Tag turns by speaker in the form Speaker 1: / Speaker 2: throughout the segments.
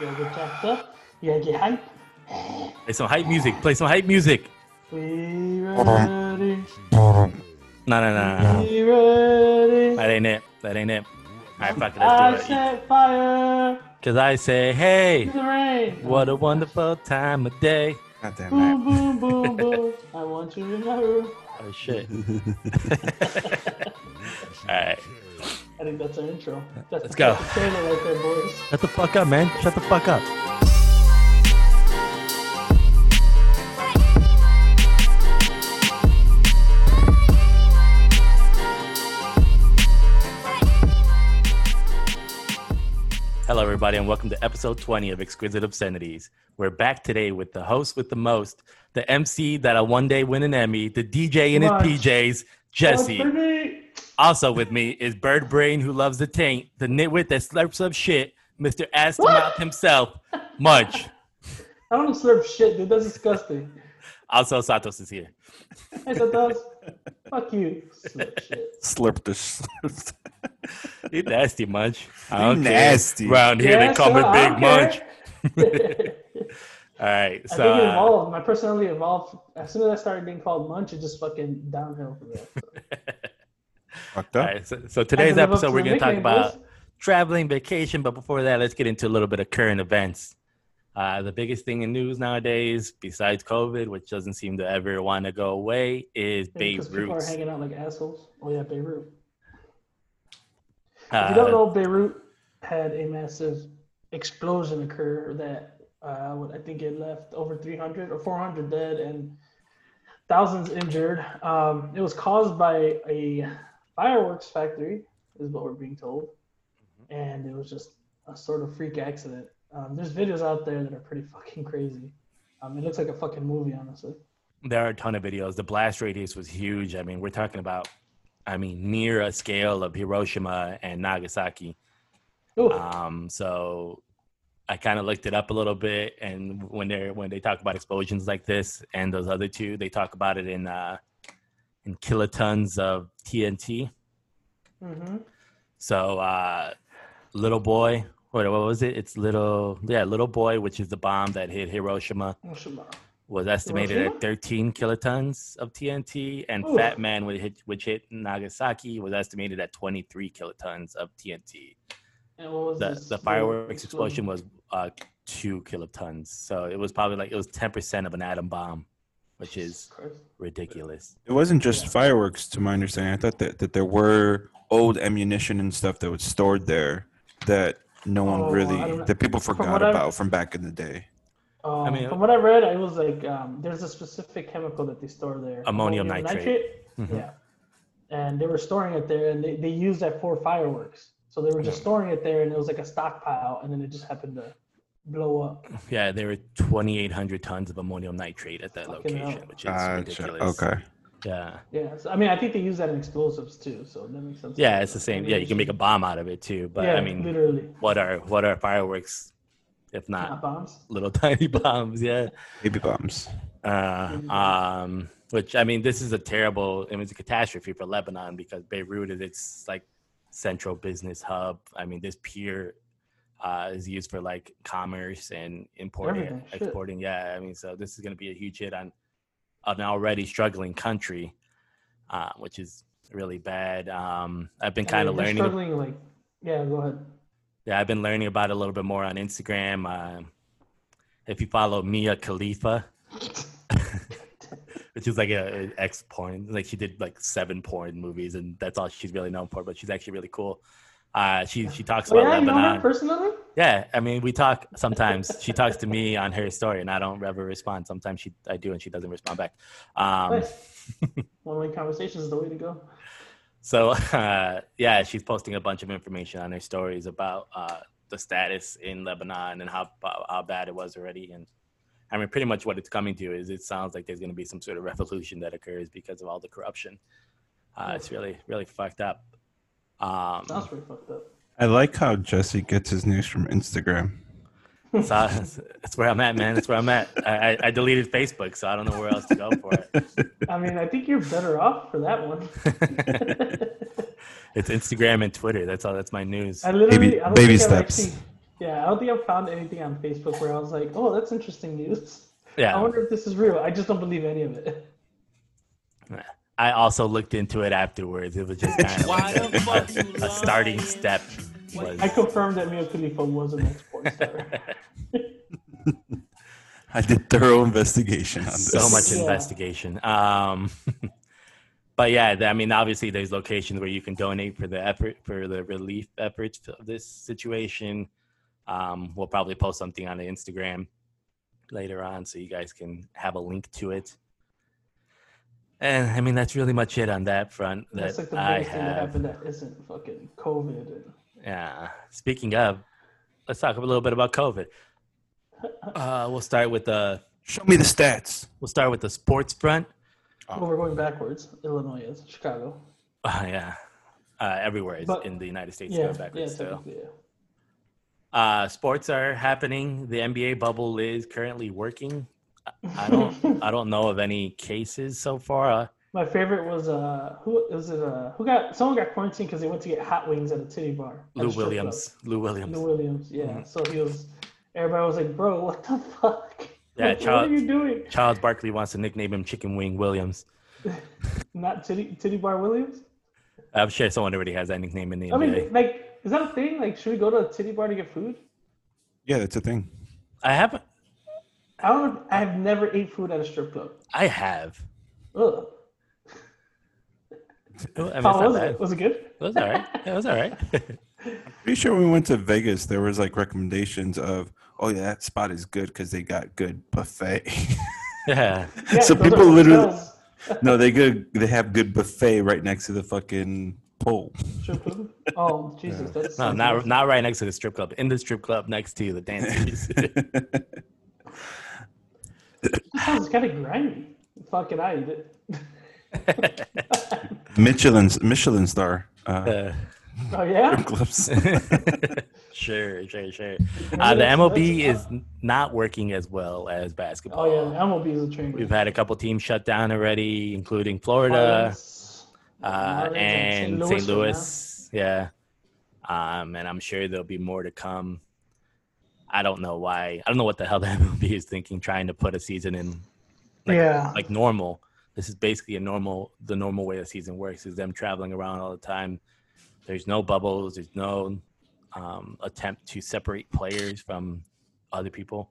Speaker 1: You're the chapter. You're the hype.
Speaker 2: Play some hype music. Play some hype music.
Speaker 1: We ready.
Speaker 2: No, no, no, no, no.
Speaker 1: We ready.
Speaker 2: That ain't it. That ain't it. All right, fuck it.
Speaker 1: I
Speaker 2: Let's do it.
Speaker 1: set fire
Speaker 2: Because I say, hey,
Speaker 1: to the rain.
Speaker 2: what a wonderful time of day.
Speaker 3: God
Speaker 1: Boom,
Speaker 3: damn it.
Speaker 1: boom, boom, boom. I want you in my room.
Speaker 2: Oh, shit. All
Speaker 1: I
Speaker 2: right.
Speaker 1: think that's our intro. That's
Speaker 2: Let's go.
Speaker 1: that's the trailer right there, boys.
Speaker 2: Shut the fuck up, man. Shut the fuck up. Hello, everybody, and welcome to episode 20 of Exquisite Obscenities. We're back today with the host with the most, the MC that'll one day win an Emmy, the DJ in his
Speaker 1: Much.
Speaker 2: PJs, Jesse.
Speaker 1: That's for me.
Speaker 2: Also with me is Bird Brain, who loves the taint, the nitwit that slurps up shit, Mr. Ass to Mouth himself, Mudge.
Speaker 1: I don't serve shit, dude. That's disgusting.
Speaker 2: Also, Santos is here.
Speaker 1: Hey, Santos. Fuck you. Slurp shit.
Speaker 3: Slurp the slurp.
Speaker 2: You nasty, Mudge. I
Speaker 3: You
Speaker 2: don't care.
Speaker 3: nasty.
Speaker 2: Around here,
Speaker 1: Yeah,
Speaker 2: they call
Speaker 1: sure,
Speaker 2: me
Speaker 1: I
Speaker 2: Big
Speaker 1: don't
Speaker 2: Mudge.
Speaker 1: care.
Speaker 2: All right,
Speaker 1: I
Speaker 2: so
Speaker 1: think it
Speaker 2: uh,
Speaker 1: evolved. My personality evolved. As soon as I started being called Munch, it just fucking downhill from there.
Speaker 3: Fucked
Speaker 2: all
Speaker 3: up.
Speaker 2: right, so, so
Speaker 1: I had
Speaker 2: today's
Speaker 1: to live up
Speaker 2: episode,
Speaker 1: to
Speaker 2: we're
Speaker 1: the
Speaker 2: going to talk
Speaker 1: nickname, boys.
Speaker 2: about traveling, vacation, but before that, let's get into a little bit of current events. Uh, the biggest thing in news nowadays, besides COVID, which doesn't seem to ever want to go away, is
Speaker 1: Yeah, because people are
Speaker 2: Beirut.
Speaker 1: hanging out like assholes. Oh yeah, Beirut. if you
Speaker 2: Uh,
Speaker 1: don't know, Beirut had a massive explosion occur that uh, what I think it left over 300 or 400 dead and thousands injured. Um, it was caused by a fireworks factory, is what we're being told,
Speaker 2: Mm-hmm.
Speaker 1: and it was just a sort of freak accident. Um, there's videos out there that are pretty fucking crazy. Um, it looks like a fucking movie, honestly.
Speaker 2: there are a ton of videos. The blast radius was huge. I mean, we're talking about, I mean, near a scale of Hiroshima and Nagasaki.
Speaker 1: Ooh,
Speaker 2: Um, so I kind of looked it up a little bit, and when they're when they talk about explosions like this and those other two, they talk about it in uh, in kilotons of TNT.
Speaker 1: hmm
Speaker 2: So uh, little boy, what, what was it? It's little yeah, little boy, which is the bomb that hit Hiroshima was estimated
Speaker 1: Hiroshima?
Speaker 2: at 13 kilotons of TNT, and
Speaker 1: Oof.
Speaker 2: Fat Man, which hit, which hit Nagasaki, was estimated at 23 kilotons of TNT.
Speaker 1: And what was
Speaker 2: The,
Speaker 1: this
Speaker 2: the
Speaker 1: little
Speaker 2: fireworks explosion was uh, two kilotons, so it was probably like it was 10% of an atom bomb, which is
Speaker 1: Christ.
Speaker 2: ridiculous.
Speaker 3: It wasn't just
Speaker 1: Yeah.
Speaker 3: fireworks, to my understanding. I thought that, that there were old ammunition and stuff that was stored there that no one
Speaker 1: Oh, I
Speaker 3: really,
Speaker 1: don't know.
Speaker 3: that people
Speaker 1: From
Speaker 3: forgot
Speaker 1: what I've-
Speaker 3: about from back in the day.
Speaker 1: Um,
Speaker 2: mean,
Speaker 1: from what I read, it was like um, there's a specific chemical that they store there.
Speaker 2: Ammonium nitrate. Mhm.
Speaker 1: Yeah. And they were storing it there and they, they used that for fireworks. So they were just storing it there and it was like a stockpile and then it just happened to blow up.
Speaker 2: Yeah, there were 2,800 tons of ammonium nitrate at that
Speaker 1: Fucking hell.
Speaker 2: location, which is
Speaker 3: Gotcha.
Speaker 2: ridiculous.
Speaker 3: Okay.
Speaker 2: Yeah.
Speaker 1: Yeah. So, I mean, I think they use that in explosives too. So that makes sense.
Speaker 2: Yeah, it's the same. Yeah, you can make a bomb out of it too, but
Speaker 1: yeah,
Speaker 2: I mean, uh,
Speaker 1: literally.
Speaker 2: what are what are fireworks if not
Speaker 1: Not bombs.
Speaker 2: little tiny bombs yeah
Speaker 3: Baby bombs.
Speaker 2: uh,
Speaker 1: Mm-hmm.
Speaker 2: um which i mean this is a terrible it was a catastrophe for lebanon because beirut is its like central business hub i mean this pier uh, is used for like commerce and importing
Speaker 1: Everything, Oh, shit.
Speaker 2: exporting yeah i mean so this is going to be a huge hit on an already struggling country uh, which is really bad um, i've been
Speaker 1: I
Speaker 2: kind
Speaker 1: mean,
Speaker 2: of
Speaker 1: they're
Speaker 2: learning
Speaker 1: Struggling, like, yeah, go ahead.
Speaker 2: yeah, I've been learning about it a little bit more on Instagram. Um if you follow Mia Khalifa, which is like a, a ex porn, like she did like seven porn movies, and that's all she's really known for. But she's actually really cool. Uh, she she talks
Speaker 1: Oh,
Speaker 2: about
Speaker 1: yeah, you know her
Speaker 2: Lebanon.
Speaker 1: personally?
Speaker 2: Yeah, I mean, we talk sometimes. she talks to me on her story, and I don't ever respond. Sometimes she I do, and she doesn't respond back. Um,
Speaker 1: Nice. One-way conversations is the way to go.
Speaker 2: So uh, yeah, she's posting a bunch of information on her stories about uh, the status in Lebanon and how how bad it was already. And I mean, pretty much what it's coming to is it sounds like there's going to be some sort of revolution that occurs because of all the corruption. Uh, it's really really fucked up. Um,
Speaker 1: Sounds pretty fucked up.
Speaker 3: I like how Jesse gets his news from Instagram.
Speaker 2: so that's where I'm at, man. That's where I'm at. I, I, I deleted Facebook, so I don't know where else to go for it.
Speaker 1: I mean, I think you're better off for that one.
Speaker 2: it's Instagram and Twitter. That's all. That's my news.
Speaker 1: I literally,
Speaker 3: Baby-
Speaker 1: I don't
Speaker 3: baby
Speaker 1: think I've
Speaker 3: steps.
Speaker 1: actually- Yeah, I don't think I've found anything on Facebook where I was like, oh, that's interesting news. I
Speaker 2: Yeah.
Speaker 1: wonder if this is real. I just don't believe any of it.
Speaker 2: I also looked into it afterwards. It was just kind of
Speaker 4: Why
Speaker 2: like
Speaker 4: the fuck you
Speaker 2: a, a starting
Speaker 4: lying?
Speaker 2: step. Was,
Speaker 1: I confirmed that Mia Khalifa was an ex-porn star.
Speaker 3: I did thorough investigation on this.
Speaker 2: so much
Speaker 1: Yeah.
Speaker 2: investigation. Um, but yeah, th- I mean, obviously, there's locations where you can donate for the effort for the relief efforts of this situation. Um, we'll probably post something on the Instagram later on, so you guys can have a link to it. And I mean, that's really much it on that front that
Speaker 1: That's like the
Speaker 2: I
Speaker 1: biggest thing that
Speaker 2: have.
Speaker 1: happened that isn't fucking COVID. And
Speaker 2: Yeah. Speaking of, let's talk a little bit about COVID. Uh, we'll start with the
Speaker 3: Show me the stats.
Speaker 2: we'll start with the sports front. Oh.
Speaker 1: well, we're going backwards. Illinois is Chicago.
Speaker 2: Uh, yeah. Uh, everywhere is
Speaker 1: But-
Speaker 2: in the United States
Speaker 1: Yeah,
Speaker 2: going
Speaker 1: yeah,
Speaker 2: backwards. so.
Speaker 1: technically, yeah.
Speaker 2: uh, sports are happening. The NBA bubble is currently working. I- I don't I don't know of any cases so far. Uh,
Speaker 1: My favorite was uh, who was it? Uh, who got someone got quarantined because they went to get hot wings at a titty bar. at a
Speaker 2: Lou
Speaker 1: strip club.
Speaker 2: Williams. Lou Williams. Mm-hmm.
Speaker 1: Lou Williams, yeah. So he was. Everybody was like, "Bro, what the fuck?
Speaker 2: Yeah,
Speaker 1: Like, what are
Speaker 2: Charles-
Speaker 1: you doing?
Speaker 2: Charles Barkley wants to nickname him Chicken Wing Williams.
Speaker 1: Not titty, titty bar Williams?
Speaker 2: I'm sure someone already has that nickname in the NBA.
Speaker 1: I mean, like, is that a thing? Like, should we go to a titty bar to get food?
Speaker 3: Yeah, that's a thing.
Speaker 2: I have
Speaker 1: I don't. I have never ate food at a strip club.
Speaker 2: I have.
Speaker 1: Ugh.
Speaker 2: I mean, it's
Speaker 1: How
Speaker 2: not
Speaker 1: was
Speaker 2: bad.
Speaker 1: it? Was it good?
Speaker 2: It was all right. It was all right.
Speaker 3: Pretty sure when we went to Vegas, there was like recommendations of, oh yeah, that spot is good because they got good buffet.
Speaker 1: Yeah,
Speaker 2: yeah.
Speaker 3: so
Speaker 1: those are
Speaker 3: people literally,
Speaker 1: hotels.
Speaker 3: no, they good, they have good buffet right next to the fucking pole.
Speaker 1: Strip club? Oh Jesus, that's
Speaker 2: No, not not right next to the strip club. In the strip club next to the dancers.
Speaker 1: Sounds kind of grimy. Fucking I ate it.
Speaker 3: Michelin's Michelin star uh,
Speaker 2: Uh,
Speaker 1: Oh yeah.
Speaker 3: clips.
Speaker 2: sure, sure, sure. Uh, the MLB is not working as well as basketball.
Speaker 1: Oh yeah. MLB is a train.
Speaker 2: We've had a couple teams shut down already, including
Speaker 1: Oh,
Speaker 2: Florida
Speaker 1: Marlins.
Speaker 2: uh,
Speaker 1: Marlins
Speaker 2: and St.
Speaker 1: right
Speaker 2: Louis. Yeah. Um, and I'm sure there'll be more to come. I don't know why. I don't know what the hell the MLB is thinking, trying to put a season in
Speaker 1: now.
Speaker 2: like,
Speaker 1: yeah.
Speaker 2: like normal. This is basically a normal the normal way the season works is them traveling around all the time. There's no bubbles. There's no um, attempt to separate players from other people.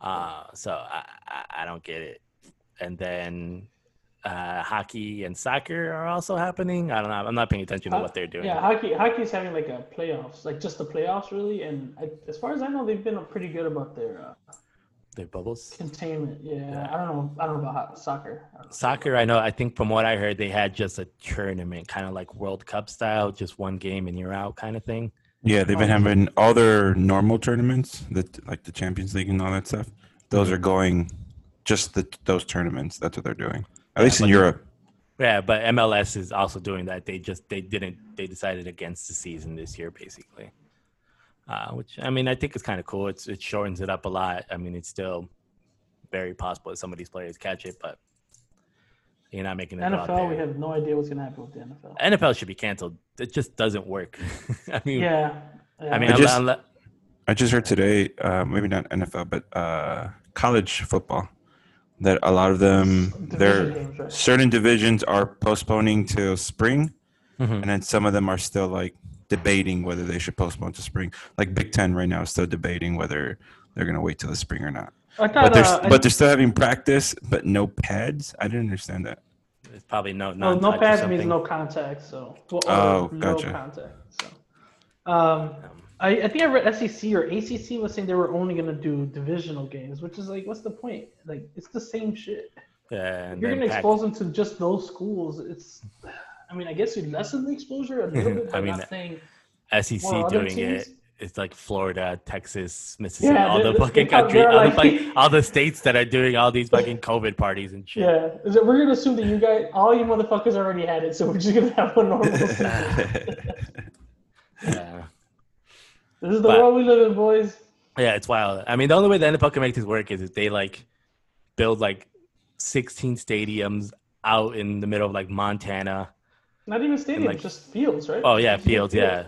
Speaker 2: Uh, so I, I, I don't get it. And then uh, hockey and soccer are also happening. I don't know. I'm not paying attention to what they're doing.
Speaker 1: Yeah, hockey. Hockey's having like a playoffs, like just the playoffs, really. And I, as far as I know, they've been pretty good about their uh,
Speaker 2: Their bubbles.
Speaker 1: containment. Yeah,
Speaker 2: Yeah.
Speaker 1: I don't know. I don't know about ho- soccer. I don't know.
Speaker 2: Soccer, I know. I think from what I heard, they had just a tournament, kind of like World Cup style, just one game and you're out kind of thing.
Speaker 3: Yeah, they've been having all their normal tournaments, that like the Champions League and all that stuff. Those are going just the, those tournaments. That's what they're doing. At least in Europe.
Speaker 2: Yeah, but MLS is also doing that. They just they didn't they decided against the season this year basically. Uh, which I mean I think is kind of cool. It's it shortens it up a lot. I mean it's still very possible that some of these players catch it, but you're not making it out
Speaker 1: NFL, we
Speaker 2: there.
Speaker 1: have no idea what's gonna happen with the NFL.
Speaker 2: NFL should be canceled. It just doesn't work. I mean,
Speaker 1: Yeah. yeah.
Speaker 2: I mean,
Speaker 3: I
Speaker 2: unle-
Speaker 3: just-
Speaker 2: unle-
Speaker 3: I just heard today, uh, maybe not NFL, but uh, college football, that a lot of them,
Speaker 1: Division
Speaker 3: their
Speaker 1: games, right?
Speaker 3: certain divisions are postponing till spring,
Speaker 2: Mhm.
Speaker 3: and then some of them are still like debating whether they should postpone to spring. Like Big Ten right now is still debating whether they're gonna wait till the spring or not.
Speaker 1: I
Speaker 3: But
Speaker 1: thought,
Speaker 3: they're
Speaker 1: uh, I-
Speaker 3: but they're still having practice, but no pads. I didn't understand that.
Speaker 2: it's probably no
Speaker 1: No, no
Speaker 2: non-touch or
Speaker 1: pads means
Speaker 2: something.
Speaker 1: no contact. So well,
Speaker 3: Oh,
Speaker 1: or
Speaker 3: gotcha.
Speaker 1: no contact. So, um, I, I think I read SEC or ACC was saying they were only gonna do divisional games, which is like, what's the point? Like, it's the same shit.
Speaker 2: Yeah,
Speaker 1: If
Speaker 2: and
Speaker 1: you're
Speaker 2: then
Speaker 1: gonna
Speaker 2: Pac-
Speaker 1: expose them to just those schools, it's. I mean, I guess you lessen the exposure a little bit by
Speaker 2: I mean,
Speaker 1: not saying
Speaker 2: SEC
Speaker 1: more other
Speaker 2: E doing it.
Speaker 1: teams?
Speaker 2: It's like Florida, Texas, Mississippi,
Speaker 1: Yeah,
Speaker 2: all
Speaker 1: they-
Speaker 2: the
Speaker 1: they-
Speaker 2: fucking
Speaker 1: they come-
Speaker 2: country,
Speaker 1: they're
Speaker 2: all, the,
Speaker 1: like-
Speaker 2: fucking- all the states that are doing all these fucking COVID parties and shit.
Speaker 1: Yeah, is that we're gonna assume that you guys, all you motherfuckers, already had it, so we're just gonna have a normal. season.
Speaker 2: Yeah.
Speaker 1: this is the
Speaker 2: But-
Speaker 1: world we live in, boys.
Speaker 2: Yeah, it's wild. I mean, the only way the NFL can make this work is if they like build like 16 stadiums out in the middle of like Montana.
Speaker 1: Not even stadiums,
Speaker 2: like-
Speaker 1: just fields, right?
Speaker 2: Oh, yeah,
Speaker 1: Just like
Speaker 2: fields, yeah.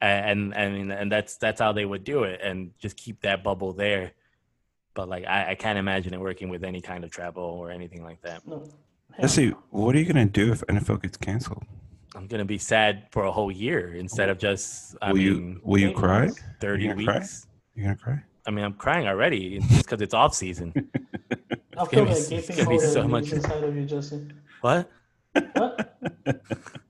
Speaker 2: and and and that's that's how they would do it and just keep that bubble there but like i, I can't imagine it working with any kind of travel or anything like that
Speaker 1: No.
Speaker 3: Let's see. What are you gonna do if NFL gets canceled?
Speaker 2: i'm gonna be sad for a whole year instead of just i
Speaker 3: will
Speaker 2: mean
Speaker 3: you will you
Speaker 1: eight
Speaker 3: cry?
Speaker 1: months.
Speaker 2: 30
Speaker 3: you're
Speaker 2: weeks
Speaker 3: gonna cry? you gonna cry?
Speaker 2: i mean i'm crying already just because it's off season
Speaker 1: I'll feel
Speaker 2: gonna
Speaker 1: that
Speaker 2: be- it's
Speaker 1: gaping
Speaker 2: gonna be
Speaker 1: hole that
Speaker 2: so
Speaker 1: so
Speaker 2: much-
Speaker 1: inside of you, Justin.
Speaker 2: what
Speaker 1: What?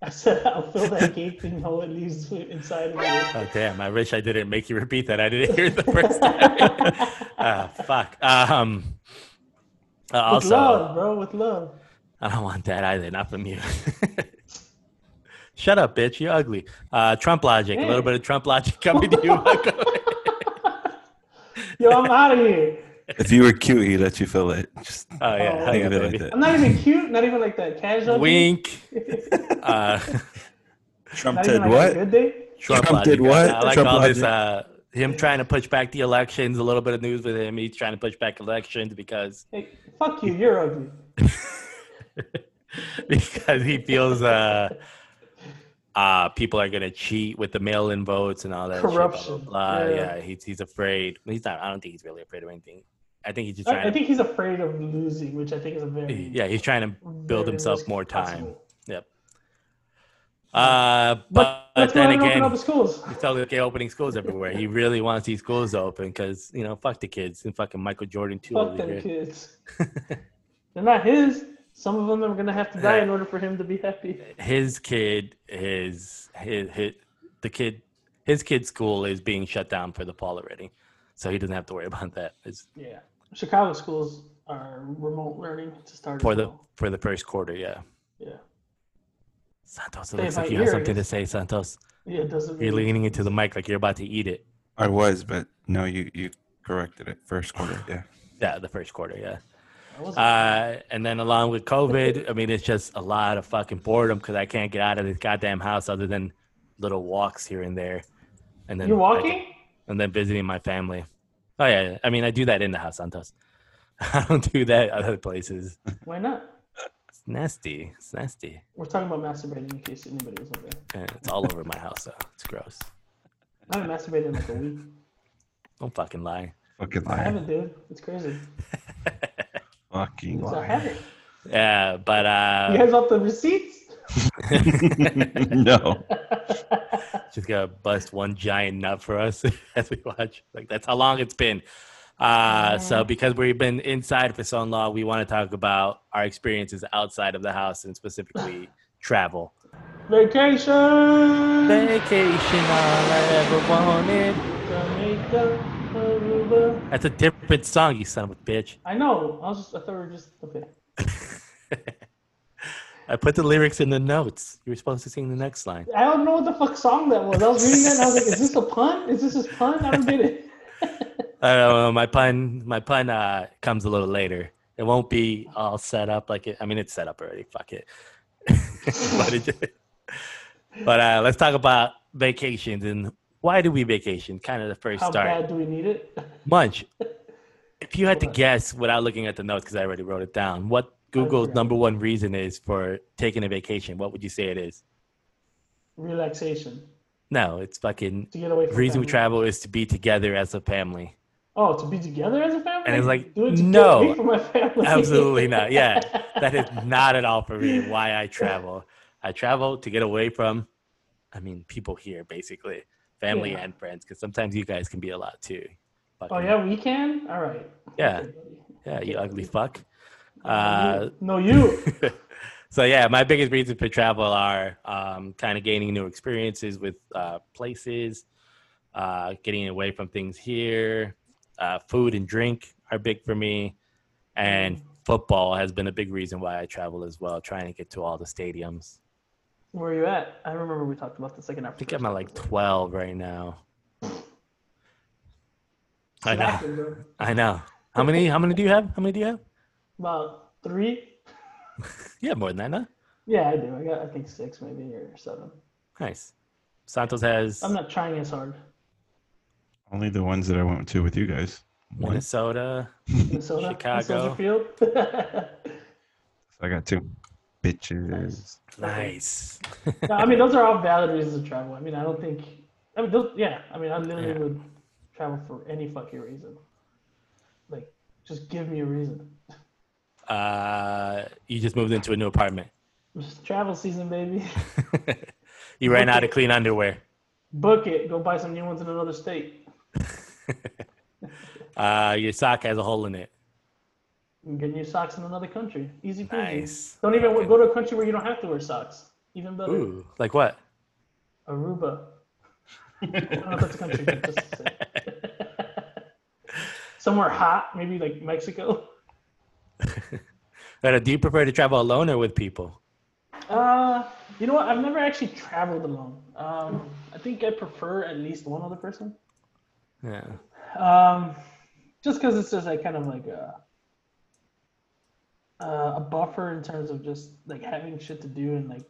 Speaker 1: I said I'll feel that gaping hole it leaves inside of you.
Speaker 2: oh damn i wish i didn't make you repeat that i didn't hear it the first time Ah, fuck um uh,
Speaker 1: With
Speaker 2: also
Speaker 1: love, bro, with love.
Speaker 2: I don't want that either. Not from you. Shut up, bitch. You're ugly. Uh, Trump logic. A little
Speaker 1: Hey.
Speaker 2: bit of Trump logic coming to you. Oh, Michael.
Speaker 1: Yo, I'm out of here.
Speaker 3: If you were cute, he let you feel it. Just
Speaker 2: Oh yeah.
Speaker 1: Oh,
Speaker 2: Hell
Speaker 1: I
Speaker 2: yeah,
Speaker 3: think of it like
Speaker 2: baby.
Speaker 3: that.
Speaker 1: I'm not even cute, not even like that. Casual.
Speaker 2: Wink. Uh,
Speaker 3: Trump
Speaker 1: Not
Speaker 3: did
Speaker 1: even like
Speaker 3: what?
Speaker 1: a good day.
Speaker 2: Trump,
Speaker 3: Trump
Speaker 2: logic.
Speaker 3: did what?
Speaker 2: I like
Speaker 3: Trump
Speaker 2: all this.
Speaker 3: logic.
Speaker 2: Uh, him trying to push back the elections. A little bit of news with him. He's trying to push back elections because
Speaker 1: Hey, fuck you, you're ugly.
Speaker 2: because he feels uh, uh, people are gonna cheat with the mail-in votes and all that Shit,
Speaker 1: Corruption.
Speaker 2: blah, blah, blah. Yeah,
Speaker 1: Yeah.
Speaker 2: he's he's afraid. He's not. I don't think he's really afraid of anything. I think he's just trying.
Speaker 1: I, I
Speaker 2: to
Speaker 1: think he's afraid of losing, which I think is a very
Speaker 2: yeah he's trying to build
Speaker 1: very
Speaker 2: himself
Speaker 1: risky
Speaker 2: more time
Speaker 1: possible.
Speaker 2: yep uh but,
Speaker 1: But, that's why
Speaker 2: then
Speaker 1: we don't open
Speaker 2: again
Speaker 1: up the schools.
Speaker 2: he's telling okay opening schools everywhere he really wants these schools open because you know fuck the kids and fucking michael jordan too
Speaker 1: Fuck
Speaker 2: over
Speaker 1: them
Speaker 2: here.
Speaker 1: kids. They're not his. Some of them are gonna have to die in order for him to be happy.
Speaker 2: his kid his, his his the kid his kid's school is being shut down for the fall already so he doesn't have to worry about that it's
Speaker 1: Yeah. Chicago schools are remote learning to start.
Speaker 2: for
Speaker 1: as
Speaker 2: the
Speaker 1: well.
Speaker 2: for the first quarter yeah
Speaker 1: yeah.
Speaker 2: santos it
Speaker 1: They
Speaker 2: looks like
Speaker 1: might
Speaker 2: you have
Speaker 1: hear
Speaker 2: something
Speaker 1: it.
Speaker 2: to say santos
Speaker 1: Yeah, it doesn't
Speaker 2: you're
Speaker 1: really-
Speaker 2: leaning into the mic like you're about to eat it
Speaker 3: I was, but no, you you corrected it first quarter. Yeah.
Speaker 2: yeah the first quarter yeah
Speaker 1: I wasn't-
Speaker 2: Uh, and then along with COVID, I mean, it's just a lot of fucking boredom because I can't get out of this goddamn house other than little walks here and there. And then
Speaker 1: You're walking?
Speaker 2: and then visiting my family. Oh yeah, I mean, I do that in the house, Santos. I don't do that other places.
Speaker 1: Why not?
Speaker 2: It's nasty. It's nasty.
Speaker 1: We're talking about masturbating in case anybody was wondering.
Speaker 2: And it's all over my house, so it's gross.
Speaker 1: I haven't masturbated in like a week.
Speaker 2: Don't fucking lie.
Speaker 3: Fucking
Speaker 1: I
Speaker 3: lie.
Speaker 1: haven't, dude. It's crazy.
Speaker 3: Fucking
Speaker 1: So I
Speaker 3: lie.
Speaker 1: haven't.
Speaker 2: Yeah, but
Speaker 1: You
Speaker 2: uh,
Speaker 1: guys want the receipts?
Speaker 3: no.
Speaker 2: She's gonna bust one giant nut for us as we watch. Like that's how long it's been. Uh, so because we've been inside for so long, we want to talk about our experiences outside of the house and specifically travel.
Speaker 1: Vacation.
Speaker 2: Vacation, all I ever wanted.
Speaker 1: Jamaica, Aruba.
Speaker 2: That's a different song, you son of a bitch.
Speaker 1: I know. I was just. I thought we were just okay.
Speaker 2: I put the lyrics in the notes. You were supposed to sing the next line.
Speaker 1: I don't know what the fuck song that was. I was reading that and I was like, "Is this a pun? Is this his pun? I don't get it."
Speaker 2: Uh, my pun, my pun uh, comes a little later. It won't be all set up like it. I mean, it's set up already. Fuck it. but it- but, uh, let's talk about vacations and why do we vacation? Kind of the first
Speaker 1: How
Speaker 2: start.
Speaker 1: bad do we need it?
Speaker 2: Munch, if you had to guess without looking at the notes because I already wrote it down, what Google's
Speaker 1: forgot.
Speaker 2: number one reason is for taking a vacation? What would you say it is?
Speaker 1: Relaxation
Speaker 2: No, it's fucking
Speaker 1: to get away.
Speaker 2: the
Speaker 1: From
Speaker 2: reason we
Speaker 1: family.
Speaker 2: travel is to be together as a family.
Speaker 1: Oh, to be together as a family.
Speaker 2: And it's like,
Speaker 1: do it to
Speaker 2: no,
Speaker 1: get away from my family.
Speaker 2: Absolutely not. Yeah, that is not at all for me. Why I travel? I travel to get away from, I mean, people here basically, family
Speaker 1: Yeah.
Speaker 2: and friends. Because sometimes you guys can be a lot too.
Speaker 1: Oh
Speaker 2: Fucking-
Speaker 1: yeah, we can. All right.
Speaker 2: yeah,
Speaker 1: Okay, buddy.
Speaker 2: yeah. You ugly fuck. Uh,
Speaker 1: no, you.
Speaker 2: so yeah, my biggest reasons for travel are um, kind of gaining new experiences with uh, places, uh, getting away from things here. Uh, food and drink are big for me, and football has been a big reason why I travel as well. Trying to get to all the stadiums.
Speaker 1: Where are you at? I remember we talked about this like an hour.
Speaker 2: I think I'm at like 12 right now. I know.
Speaker 1: know.
Speaker 2: I know. How many? How many do you have? How many do you have?
Speaker 1: About three.
Speaker 2: You have more than that, huh?
Speaker 1: Yeah, I do. I got I think six maybe or seven.
Speaker 2: Nice. Santos has
Speaker 1: I'm not trying as hard.
Speaker 3: Only the ones that I went to with you guys. One.
Speaker 2: Minnesota.
Speaker 1: Minnesota,
Speaker 2: Chicago.
Speaker 1: Soldier Field.
Speaker 3: So I got two. Bitches.
Speaker 2: Nice.
Speaker 1: No, I mean, those are all valid reasons to travel. I mean, I don't think I mean, those, yeah. I mean, I literally
Speaker 2: Yeah.
Speaker 1: would travel for any fucking reason. Like, just give me a reason.
Speaker 2: Uh, you just moved into a new apartment.
Speaker 1: Just travel season, baby.
Speaker 2: you ran out of clean underwear.
Speaker 1: Book it. Go buy some new ones in another state.
Speaker 2: Uh, your sock has a hole in it.
Speaker 1: And get new socks in another country. Easy peasy.
Speaker 2: Nice.
Speaker 1: Don't even go to a country where you don't have to wear socks. Even better.
Speaker 2: Ooh, like what?
Speaker 1: Aruba. I don't know if that's a country. but just saying. Somewhere hot, maybe like Mexico.
Speaker 2: Better, do you prefer to travel alone or with people?
Speaker 1: Uh, you know what? I've never actually traveled alone. Um, I think I prefer at least one other person.
Speaker 2: Yeah.
Speaker 1: Um, just because it's just like kind of like a uh, a buffer in terms of just like having shit to do and like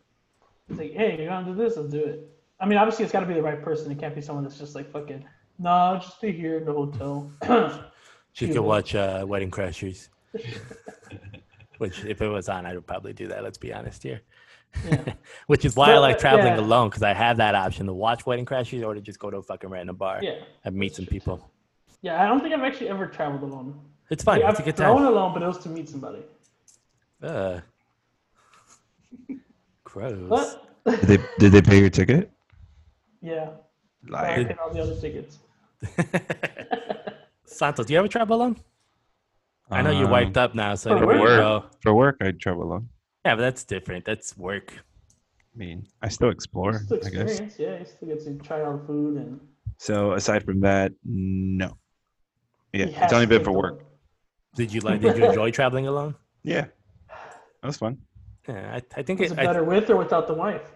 Speaker 1: it's like hey you're gonna do this let's do it. I mean obviously it's got to be the right person. It can't be someone that's just like fucking no I'll just stay here in the hotel.
Speaker 2: She
Speaker 1: She
Speaker 2: could
Speaker 1: would.
Speaker 2: watch uh, Wedding Crashers, which if it was on, I would probably do that. Let's be honest here.
Speaker 1: yeah.
Speaker 2: Which is why I
Speaker 1: But,
Speaker 2: like
Speaker 1: uh,
Speaker 2: traveling
Speaker 1: yeah.
Speaker 2: alone because I have that option to watch Wedding Crashers or to just go to a fucking random bar
Speaker 1: yeah,
Speaker 2: and meet some people.
Speaker 1: yeah. I don't think I've actually ever traveled alone.
Speaker 2: It's fun.
Speaker 1: I've
Speaker 2: it's a good
Speaker 1: flown
Speaker 2: time.
Speaker 1: alone, but it was to meet somebody.
Speaker 2: Ugh. Gross.
Speaker 1: But
Speaker 3: Did they, did they pay your ticket?
Speaker 1: yeah, I
Speaker 3: Like,
Speaker 1: paid all the other tickets.
Speaker 2: Santos, do you ever travel alone? I know you're
Speaker 3: Um,
Speaker 2: wiped up now, so
Speaker 1: For
Speaker 2: anywhere you
Speaker 1: work.
Speaker 2: go.
Speaker 3: For work, I travel alone.
Speaker 2: Yeah, but that's different. That's work.
Speaker 3: I mean, I still explore,
Speaker 1: It's the
Speaker 3: I guess.
Speaker 1: experience. Yeah, you still get to try all the food and
Speaker 3: So aside from that, no. Yeah,
Speaker 1: He
Speaker 3: it's
Speaker 1: has
Speaker 3: only
Speaker 1: to
Speaker 3: been
Speaker 1: take
Speaker 3: for
Speaker 1: the
Speaker 3: work.
Speaker 1: one.
Speaker 2: Did you like? Did you enjoy traveling alone?
Speaker 3: Yeah, that was fun.
Speaker 2: Yeah, I, I think
Speaker 1: Is
Speaker 2: it,
Speaker 1: it
Speaker 2: I,
Speaker 1: better with or without the wife?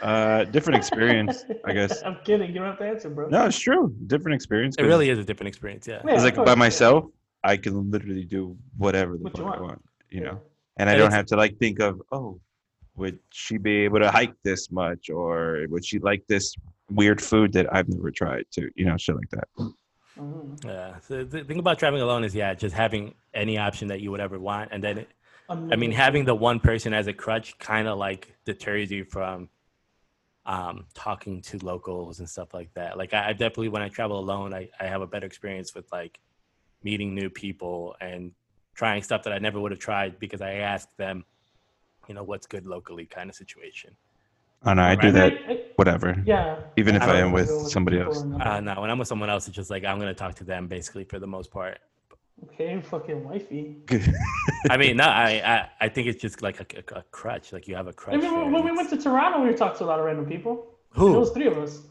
Speaker 3: Uh, different experience, I guess.
Speaker 1: I'm kidding. You don't have to answer, bro.
Speaker 3: No, it's true. Different experience.
Speaker 2: it
Speaker 3: 'cause
Speaker 2: really is a different experience. Yeah,
Speaker 1: Yeah.
Speaker 3: It's like
Speaker 1: of
Speaker 3: by
Speaker 1: course.
Speaker 3: myself, I can literally do whatever the
Speaker 1: What you
Speaker 3: fuck I
Speaker 1: want.
Speaker 3: want, you
Speaker 1: Yeah.
Speaker 3: know, and I
Speaker 2: And
Speaker 3: don't
Speaker 2: it's-
Speaker 3: have to like think of oh, would she be able to hike this much, or would she like this weird food that I've never tried to, you know, shit like that.
Speaker 1: Mhm.
Speaker 2: yeah. So the thing about traveling alone is yeah, just having any option that you would ever want, and then it, I mean,
Speaker 1: Unlimited.
Speaker 2: having the one person as a crutch kind of like deters you from um, talking to locals and stuff like that. Like, I, I definitely, when I travel alone, I, I have a better experience with like meeting new people and trying stuff that I never would have tried because I asked them, you know, what's good locally kind of situation.
Speaker 3: And I do
Speaker 2: Right.
Speaker 3: that
Speaker 1: I- I-
Speaker 3: whatever,
Speaker 1: yeah.
Speaker 3: even if
Speaker 2: I
Speaker 3: I,
Speaker 2: don't
Speaker 3: am with somebody else.
Speaker 2: Uh, now, when I'm with someone else, it's just like I'm going to talk to them basically for the most part.
Speaker 1: okay, fucking wifey.
Speaker 2: I mean, no, I, I, I think it's just like a, a, a crutch. Like, you have a crutch.
Speaker 1: I mean,
Speaker 2: there
Speaker 1: when- when
Speaker 2: and
Speaker 1: we went
Speaker 2: it's-
Speaker 1: to Toronto, we talked to a lot of random people. It
Speaker 2: who?
Speaker 1: was three of us.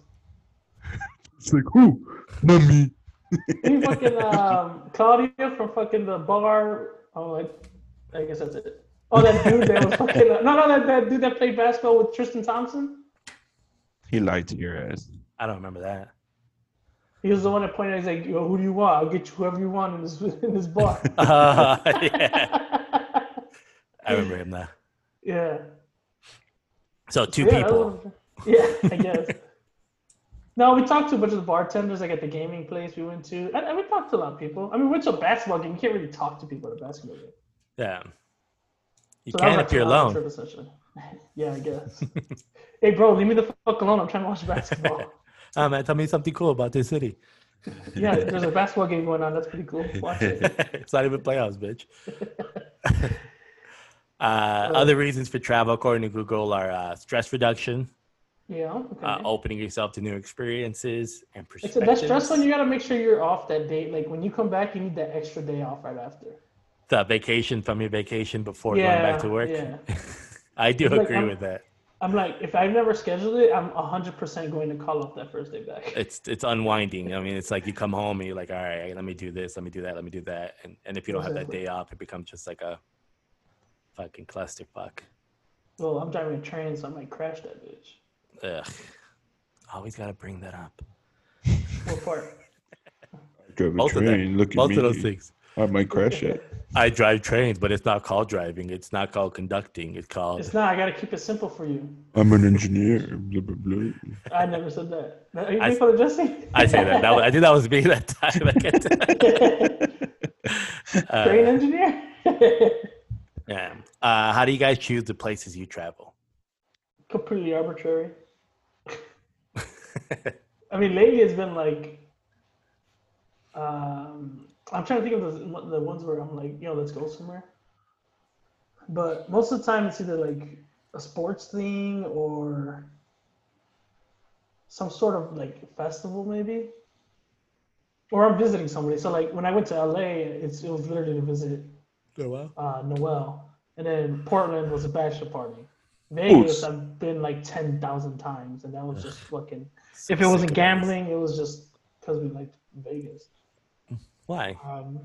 Speaker 3: It's like who, not me.
Speaker 1: We fucking um, Claudia from fucking the bar. Oh, I, I guess that's it. Oh, that dude that was fucking no, no, that, that dude that played basketball with Tristan Thompson.
Speaker 3: He lied to your ass.
Speaker 2: I don't remember that.
Speaker 1: He was the one that pointed. out, He's like, Yo, "Who do you want? I'll get you whoever you want in this in this bar."
Speaker 2: Uh, yeah, I remember him now.
Speaker 1: yeah.
Speaker 2: So two
Speaker 1: Yeah, oh. that
Speaker 2: people.
Speaker 1: was- Yeah, I guess. no, we talked to a bunch of the bartenders, like at the gaming place we went to, and, and we talked to a lot of people. I mean, we went to a basketball game. You can't really talk to people at a basketball game.
Speaker 2: Yeah. You
Speaker 1: So that was
Speaker 2: can
Speaker 1: like
Speaker 2: if you're
Speaker 1: two hours
Speaker 2: alone.
Speaker 1: trip, essentially. yeah, I guess. hey, bro, leave me the fuck alone. I'm trying to watch basketball.
Speaker 2: Oh, man, tell me something cool about this city.
Speaker 1: yeah, there's a basketball game going on. That's pretty cool. Watch it.
Speaker 2: it's not even playoffs, bitch. uh, other reasons for travel, according to Google, are uh, stress reduction,
Speaker 1: Yeah. Okay.
Speaker 2: uh, opening yourself to new experiences and
Speaker 1: Mm-hmm. It's
Speaker 2: perspectives.
Speaker 1: a, that's stress when you got to make sure you're off that day. Like when you come back, you need that extra day off right after.
Speaker 2: the vacation from your vacation before going
Speaker 1: Yeah,
Speaker 2: back to work.
Speaker 1: yeah.
Speaker 2: I do
Speaker 1: It's like,
Speaker 2: agree
Speaker 1: I'm-
Speaker 2: with that.
Speaker 1: I'm like, if I've never scheduled it, I'm 100% going to call off that first day back.
Speaker 2: it's it's unwinding. I mean, it's like you come home and you're like, all right, let me do this, let me do that, let me do that, and and if you don't have that
Speaker 1: Exactly.
Speaker 2: day off, it becomes just like a fucking clusterfuck.
Speaker 1: Well, I'm driving a train, so I might crash that bitch.
Speaker 2: Ugh, always gotta bring that up.
Speaker 1: What part?
Speaker 3: Drove
Speaker 2: Both of them.
Speaker 3: Look
Speaker 2: Both of those things.
Speaker 3: I might crash it.
Speaker 2: I drive trains, but it's not called driving. It's not called conducting. It's called
Speaker 1: It's not. I got to keep it simple for you.
Speaker 3: I'm an engineer. Blah, blah, blah.
Speaker 1: I never said that. Are you
Speaker 2: I-
Speaker 1: being for Jesse?
Speaker 2: I say that. that was, I think that was me that time. I can't-
Speaker 1: Train
Speaker 2: uh,
Speaker 1: engineer?
Speaker 2: yeah. Uh, how do you guys choose the places you travel?
Speaker 1: Completely arbitrary. I mean, lately it's been like, um, I'm trying to think of the the ones where I'm like, yo, let's go somewhere. But most of the time, it's either like a sports thing or some sort of like festival, maybe. Or I'm visiting somebody. So like when I went to LA, it's it was literally to visit
Speaker 2: Oh, wow.
Speaker 1: uh, Noel, and then Portland was a bachelor party. Vegas,
Speaker 3: Oops.
Speaker 1: I've been like ten thousand times, and that was just fucking.
Speaker 2: So
Speaker 1: If it
Speaker 2: sick
Speaker 1: wasn't
Speaker 2: of
Speaker 1: gambling, it was just because we liked Vegas.
Speaker 2: Vegas. Why?
Speaker 1: Um,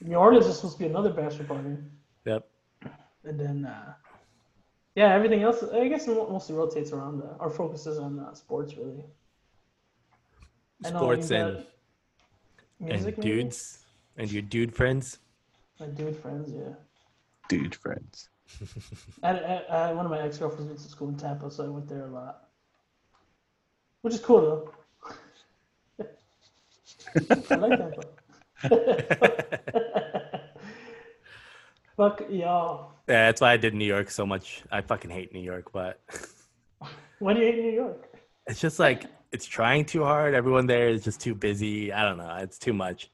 Speaker 1: New Orleans was supposed to be another bachelor party,
Speaker 2: Yep.
Speaker 1: Uh, and then uh, yeah, everything else. I guess it mostly rotates around that, or focuses on uh, sports really. I know
Speaker 2: Sports
Speaker 1: you
Speaker 2: and,
Speaker 1: got
Speaker 2: and
Speaker 1: uh, music, maybe?
Speaker 2: dudes and your dude friends.
Speaker 1: My dude friends, yeah.
Speaker 3: Dude, friends.
Speaker 1: I, I, I, uh, one of my ex girlfriends went to school in Tampa, so I went there a lot, which is cool though. I like Tampa. Fuck y'all.
Speaker 2: Yeah, that's why I did New York so much. I fucking hate New York, but
Speaker 1: Why do you hate New York?
Speaker 2: it's just like it's trying too hard. Everyone there is just too busy. I don't know. It's too much.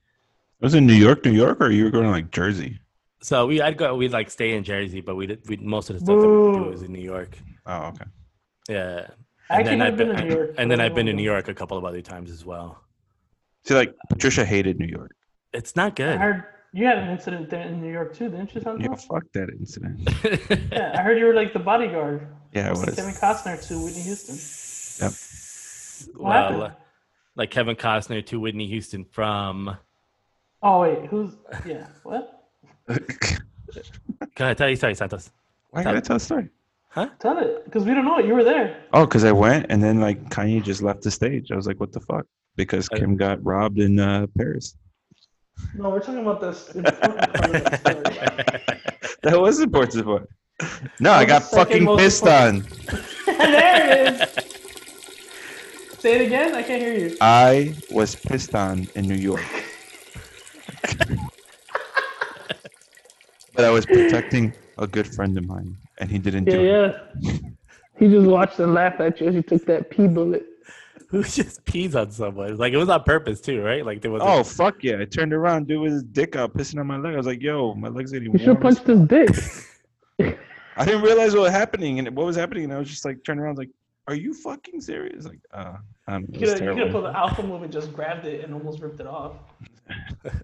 Speaker 3: Was it New York, New York, or you were going to like Jersey?
Speaker 2: So we, I'd go. We'd like stay in Jersey, but we we most of the stuff that we do
Speaker 1: Boo.
Speaker 2: is in New York.
Speaker 3: Oh, okay.
Speaker 2: Yeah.
Speaker 1: I
Speaker 2: And
Speaker 1: actually
Speaker 2: then
Speaker 1: never
Speaker 2: I've
Speaker 1: been to New York.
Speaker 2: And then I've been to
Speaker 1: in
Speaker 2: New York a couple of other times as well.
Speaker 3: See, like Patricia hated New York.
Speaker 2: It's not
Speaker 1: I
Speaker 2: good.
Speaker 1: heard you had an incident there in New York too, didn't you? Sandra?
Speaker 2: Mm-hmm.
Speaker 3: Yeah, fuck that incident.
Speaker 1: Yeah, I heard you were like the bodyguard.
Speaker 3: Yeah, it
Speaker 1: Kevin
Speaker 3: was.
Speaker 1: Costner to Whitney Houston.
Speaker 3: Yep.
Speaker 1: What
Speaker 2: Well,
Speaker 1: happened?
Speaker 2: like Kevin Costner to Whitney Houston from.
Speaker 1: Oh wait, who's? Yeah, what?
Speaker 2: Can I tell you? Sorry, Santos.
Speaker 3: Why gotta tell a story?
Speaker 1: Tell it, because we don't know it. You were there.
Speaker 3: Oh, because I went and then like Kanye just left the stage. I was like, what the fuck? Because
Speaker 2: Uh,
Speaker 3: Kim got robbed in uh, Paris.
Speaker 1: No, we're talking about this. important part of the story.
Speaker 3: That was important part. No, I
Speaker 1: was
Speaker 3: got
Speaker 1: the second
Speaker 3: fucking
Speaker 1: most
Speaker 3: pissed on.
Speaker 1: important- there it is. Say it again. I can't hear you.
Speaker 3: I was pissed on in New York. but I was protecting a good friend of mine, and he didn't do it.
Speaker 1: He just watched and laughed at you as you took that pee bullet.
Speaker 2: Who just pees on someone? Like it was on purpose too, right? Like there was.
Speaker 3: Oh fuck yeah! I turned around, dude, with his dick out, pissing on my leg. I was like, "Yo, my leg's getting warm." as
Speaker 1: his dick.
Speaker 3: I didn't realize what was happening and what was happening. And I was just like turning around, like, "Are you fucking serious?" Like, uh, I'm.
Speaker 1: You could have pulled the alpha move and just grabbed it and almost ripped it off. that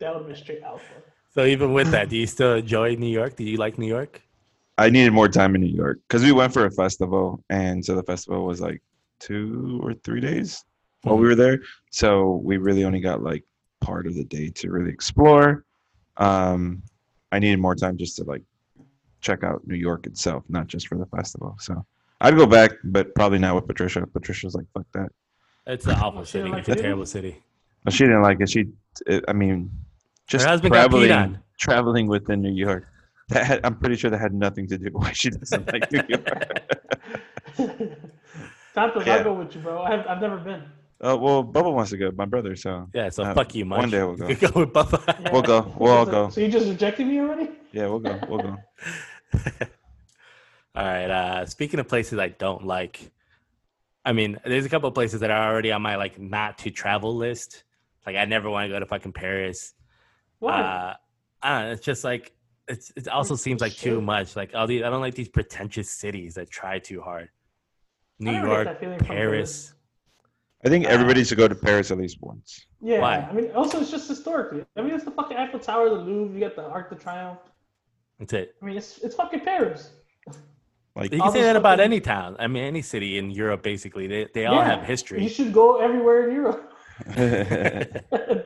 Speaker 1: would have been straight alpha.
Speaker 2: So even with that, do you still enjoy New York? Do you like New York?
Speaker 3: I needed more time in New York because we went for a festival, and so the festival was like two or three days while
Speaker 2: Hmm.
Speaker 3: we were there. So we really only got like part of the day to really explore. Um, I needed more time just to like check out New York itself, not just for the festival. So I'd go back, but probably not with Patricia. Patricia's like, "Fuck that."
Speaker 2: It's an awful
Speaker 1: She don't
Speaker 2: city.
Speaker 1: like
Speaker 2: It's a
Speaker 1: it?
Speaker 2: terrible city.
Speaker 3: But she didn't like it. She, it, I mean, just
Speaker 2: husband got peed
Speaker 3: traveling,
Speaker 2: on.
Speaker 3: traveling within New York. That had, I'm pretty sure that had nothing to do with why she doesn't like New York.
Speaker 1: Tampa's,
Speaker 3: Yeah.
Speaker 1: I'll go with you, bro. I've, I've never been.
Speaker 3: Uh, well, Bubba wants to go, my brother. So
Speaker 2: Yeah. So
Speaker 3: Uh,
Speaker 2: fuck you, Munch.
Speaker 3: one day we'll
Speaker 2: You could go with Bubba.
Speaker 1: Yeah.
Speaker 3: we'll go. We'll all go.
Speaker 1: So you just rejected me already?
Speaker 3: Yeah, we'll go. We'll go.
Speaker 2: All right. Uh, speaking of places I don't like, I mean, there's a couple of places that are already on my like not to travel list. Like I never want to go to fucking Paris.
Speaker 1: Why?
Speaker 2: Uh, I don't know, it's just like it's. It also
Speaker 1: It's
Speaker 2: seems like too
Speaker 1: shit.
Speaker 2: much. Like all these, I don't like these pretentious cities that try too hard. New
Speaker 1: don't get
Speaker 2: York,
Speaker 1: that feeling from
Speaker 2: Paris.
Speaker 3: I think
Speaker 2: Uh,
Speaker 3: everybody should go to Paris at least once.
Speaker 1: yeah.
Speaker 2: why?
Speaker 1: I mean, also, it's just historically. I mean, it's the fucking Eiffel Tower, the Louvre, you got the Arc de Triomphe.
Speaker 2: That's it.
Speaker 1: I mean, it's, it's fucking Paris.
Speaker 3: Like,
Speaker 2: You
Speaker 1: All
Speaker 2: can say
Speaker 1: these
Speaker 2: that about
Speaker 1: fucking-
Speaker 2: any town. I mean, any city in Europe, basically, they they all
Speaker 1: Yeah,
Speaker 2: have
Speaker 1: You
Speaker 2: history.
Speaker 1: should go everywhere in Europe.
Speaker 3: yeah,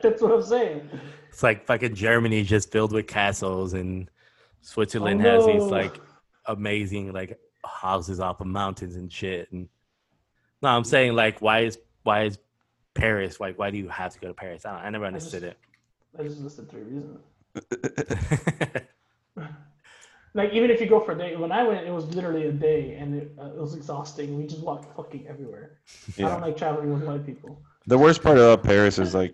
Speaker 1: That's what I'm saying.
Speaker 2: It's like fucking Germany's just filled with castles, and Switzerland
Speaker 1: Oh,
Speaker 2: has these
Speaker 1: no.
Speaker 2: like amazing like houses off of mountains and shit. And no, I'm saying like, why is why is Paris like? Why do you have to go to Paris? I don't. I never
Speaker 1: just-
Speaker 2: understood it.
Speaker 1: I just listed three reasons.
Speaker 2: yeah,
Speaker 1: Like even if you go for a day, when I went, it was literally a day, and it, uh, it was exhausting. We just walked fucking everywhere. I don't like traveling with white people.
Speaker 3: the worst part about Paris is like,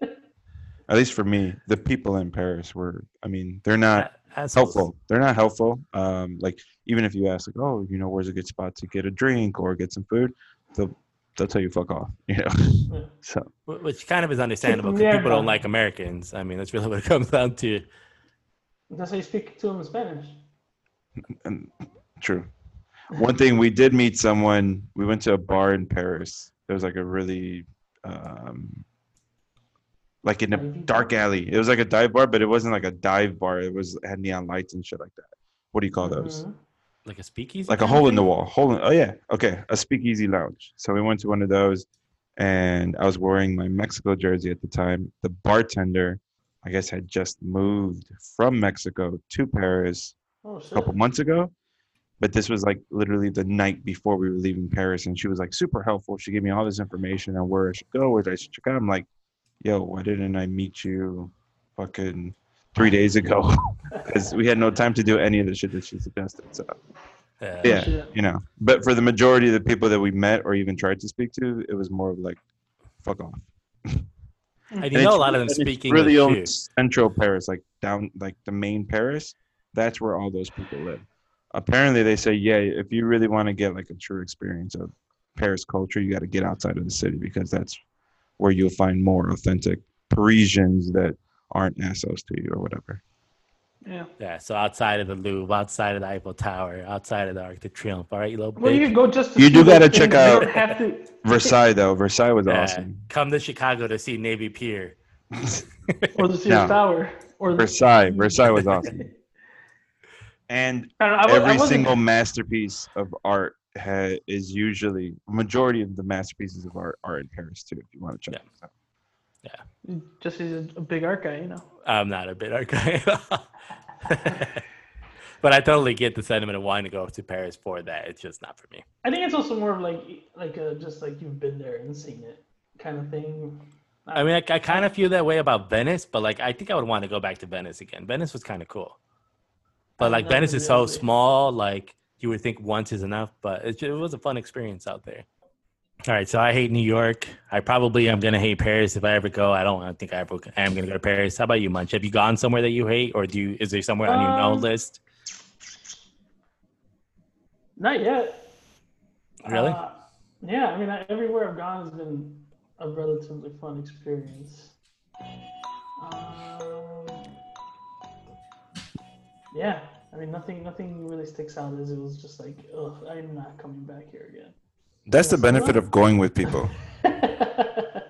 Speaker 3: at least for me, the people in Paris were. I mean, they're not
Speaker 2: assholes.
Speaker 3: helpful. They're not helpful. Um, like even if you ask, like, oh, you know, where's a good spot to get a drink or get some food, they'll they'll tell you fuck off. You know.
Speaker 1: Yeah.
Speaker 3: So
Speaker 2: Wh- Which kind of is understandable because
Speaker 1: Yeah.
Speaker 2: people don't like Americans. I mean, that's really what it comes down to.
Speaker 1: That's how you speak to them in Spanish.
Speaker 3: and true. One thing we did meet someone. We went to a bar in Paris. There was like a really, um, like in a dark alley. It was like a dive bar, but it wasn't like a dive bar. It was had neon lights and shit like Oh, that. What do you call those?
Speaker 1: Mhm.
Speaker 2: Like a speakeasy,
Speaker 3: Like a
Speaker 2: kind
Speaker 3: hole
Speaker 2: of
Speaker 3: in the
Speaker 2: thing?
Speaker 3: wall. Hole in. Oh yeah. Okay. A speakeasy lounge. So we went to one of those, and I was wearing my Mexico jersey at the time. The bartender, I guess, had just moved from Mexico to Paris
Speaker 1: Oh
Speaker 3: a
Speaker 1: shit.
Speaker 3: couple months ago. But this was like literally the night before we were leaving Paris, and she was like super helpful. She gave me all this information on where I should go, where I should check out. I'm like, yo, why didn't I meet you fucking three days ago? Because we had no time to do any of the shit that she suggested. So,
Speaker 2: Yeah.
Speaker 3: Yeah.
Speaker 1: Oh, Shit.
Speaker 3: you know, but for the majority of the people that we met or even tried to speak to, it was more of like, fuck off.
Speaker 2: And
Speaker 3: And
Speaker 2: you know a
Speaker 3: it's
Speaker 2: lot of
Speaker 3: re-
Speaker 2: them
Speaker 3: and it's
Speaker 2: speaking
Speaker 3: really
Speaker 2: really
Speaker 3: only central Paris, like down, like the main Paris. That's where all those people live. Apparently, they say, yeah, if you really want to get like a true experience of Paris culture, you got to get outside of the city because that's where you'll find more authentic Parisians that aren't assholes to you or whatever.
Speaker 1: Yeah.
Speaker 2: Yeah, so outside of the Louvre, outside of the Eiffel Tower, outside of the Arc de Triomphe, all right, you little
Speaker 1: Well, you
Speaker 2: bitch.
Speaker 1: can go just. To
Speaker 3: You
Speaker 1: see
Speaker 3: do
Speaker 1: those
Speaker 3: gotta
Speaker 1: things.
Speaker 3: check
Speaker 1: You
Speaker 3: out-
Speaker 1: don't have to.
Speaker 3: Versailles, though, Versailles was
Speaker 2: Yeah,
Speaker 3: awesome.
Speaker 2: Come to Chicago to see Navy Pier.
Speaker 1: Or the Sears
Speaker 3: No.
Speaker 1: Tower. Or the.
Speaker 3: Versailles, Versailles was awesome. And
Speaker 1: I don't know, I wa- I
Speaker 3: every
Speaker 1: wasn't-
Speaker 3: single masterpiece of art ha- is usually majority of the masterpieces of art are in Paris too. If you want to check
Speaker 2: Yeah.
Speaker 3: this out,
Speaker 1: Just he's a big art guy, you know.
Speaker 2: I'm not a bit okay. but I totally get the sentiment of wanting to go to Paris for that. It's just not for me.
Speaker 1: I think it's also more of like like a, just like you've been there and seen it kind of thing.
Speaker 2: I mean, I, I kind of feel that way about Venice, but like, I think I would want to go back to Venice again. Venice was kind of cool, but like,
Speaker 1: Never
Speaker 2: Venice is so
Speaker 1: really.
Speaker 2: small. Like, you would think once is enough, but it, ju- it was a fun experience out there. All right, so I hate New York. I probably am gonna hate Paris if I ever go. I don't I think I ever I am gonna go to Paris. How about you, Munch? Have you gone somewhere that you hate, or do you, is there somewhere on your no
Speaker 1: Um,
Speaker 2: list?
Speaker 1: Not yet.
Speaker 2: Really?
Speaker 1: Uh, yeah, I mean, I, everywhere I've gone has been a relatively fun experience. Um, yeah, I mean, nothing, nothing really sticks out as it was just like, ugh, I'm not coming back here
Speaker 3: that's the
Speaker 1: the benefit
Speaker 3: benefit of going with people.
Speaker 1: again.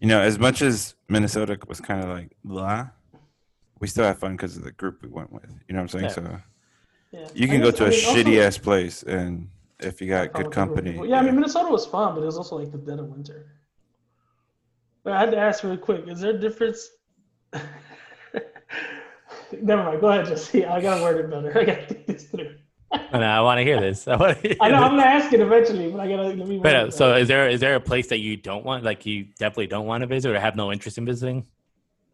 Speaker 3: You know, as much as Minnesota was kind of like blah, we still have fun because of the group we went with. You know what I'm saying?
Speaker 2: Yeah.
Speaker 3: So
Speaker 1: yeah.
Speaker 3: you
Speaker 1: I
Speaker 3: can go
Speaker 1: guess-
Speaker 3: to
Speaker 1: I
Speaker 3: a
Speaker 1: mean, also-
Speaker 3: shitty ass place, and if you
Speaker 1: Fun with
Speaker 3: got good
Speaker 1: the group of
Speaker 3: company,
Speaker 1: people. Yeah, I mean Minnesota was fun, but it was also like the dead of winter. But I had to ask really quick: Is there a difference? Never mind. Go ahead, Jesse. I gotta word it better. I gotta think this through.
Speaker 2: And Oh, I want to hear this. I want to hear
Speaker 1: I know I'm
Speaker 2: this.
Speaker 1: gonna ask it eventually, but I gotta let me. word
Speaker 2: Wait, uh,
Speaker 1: it
Speaker 2: so
Speaker 1: better.
Speaker 2: is there is there a place that you don't want, like you definitely don't want to visit or have no interest in visiting?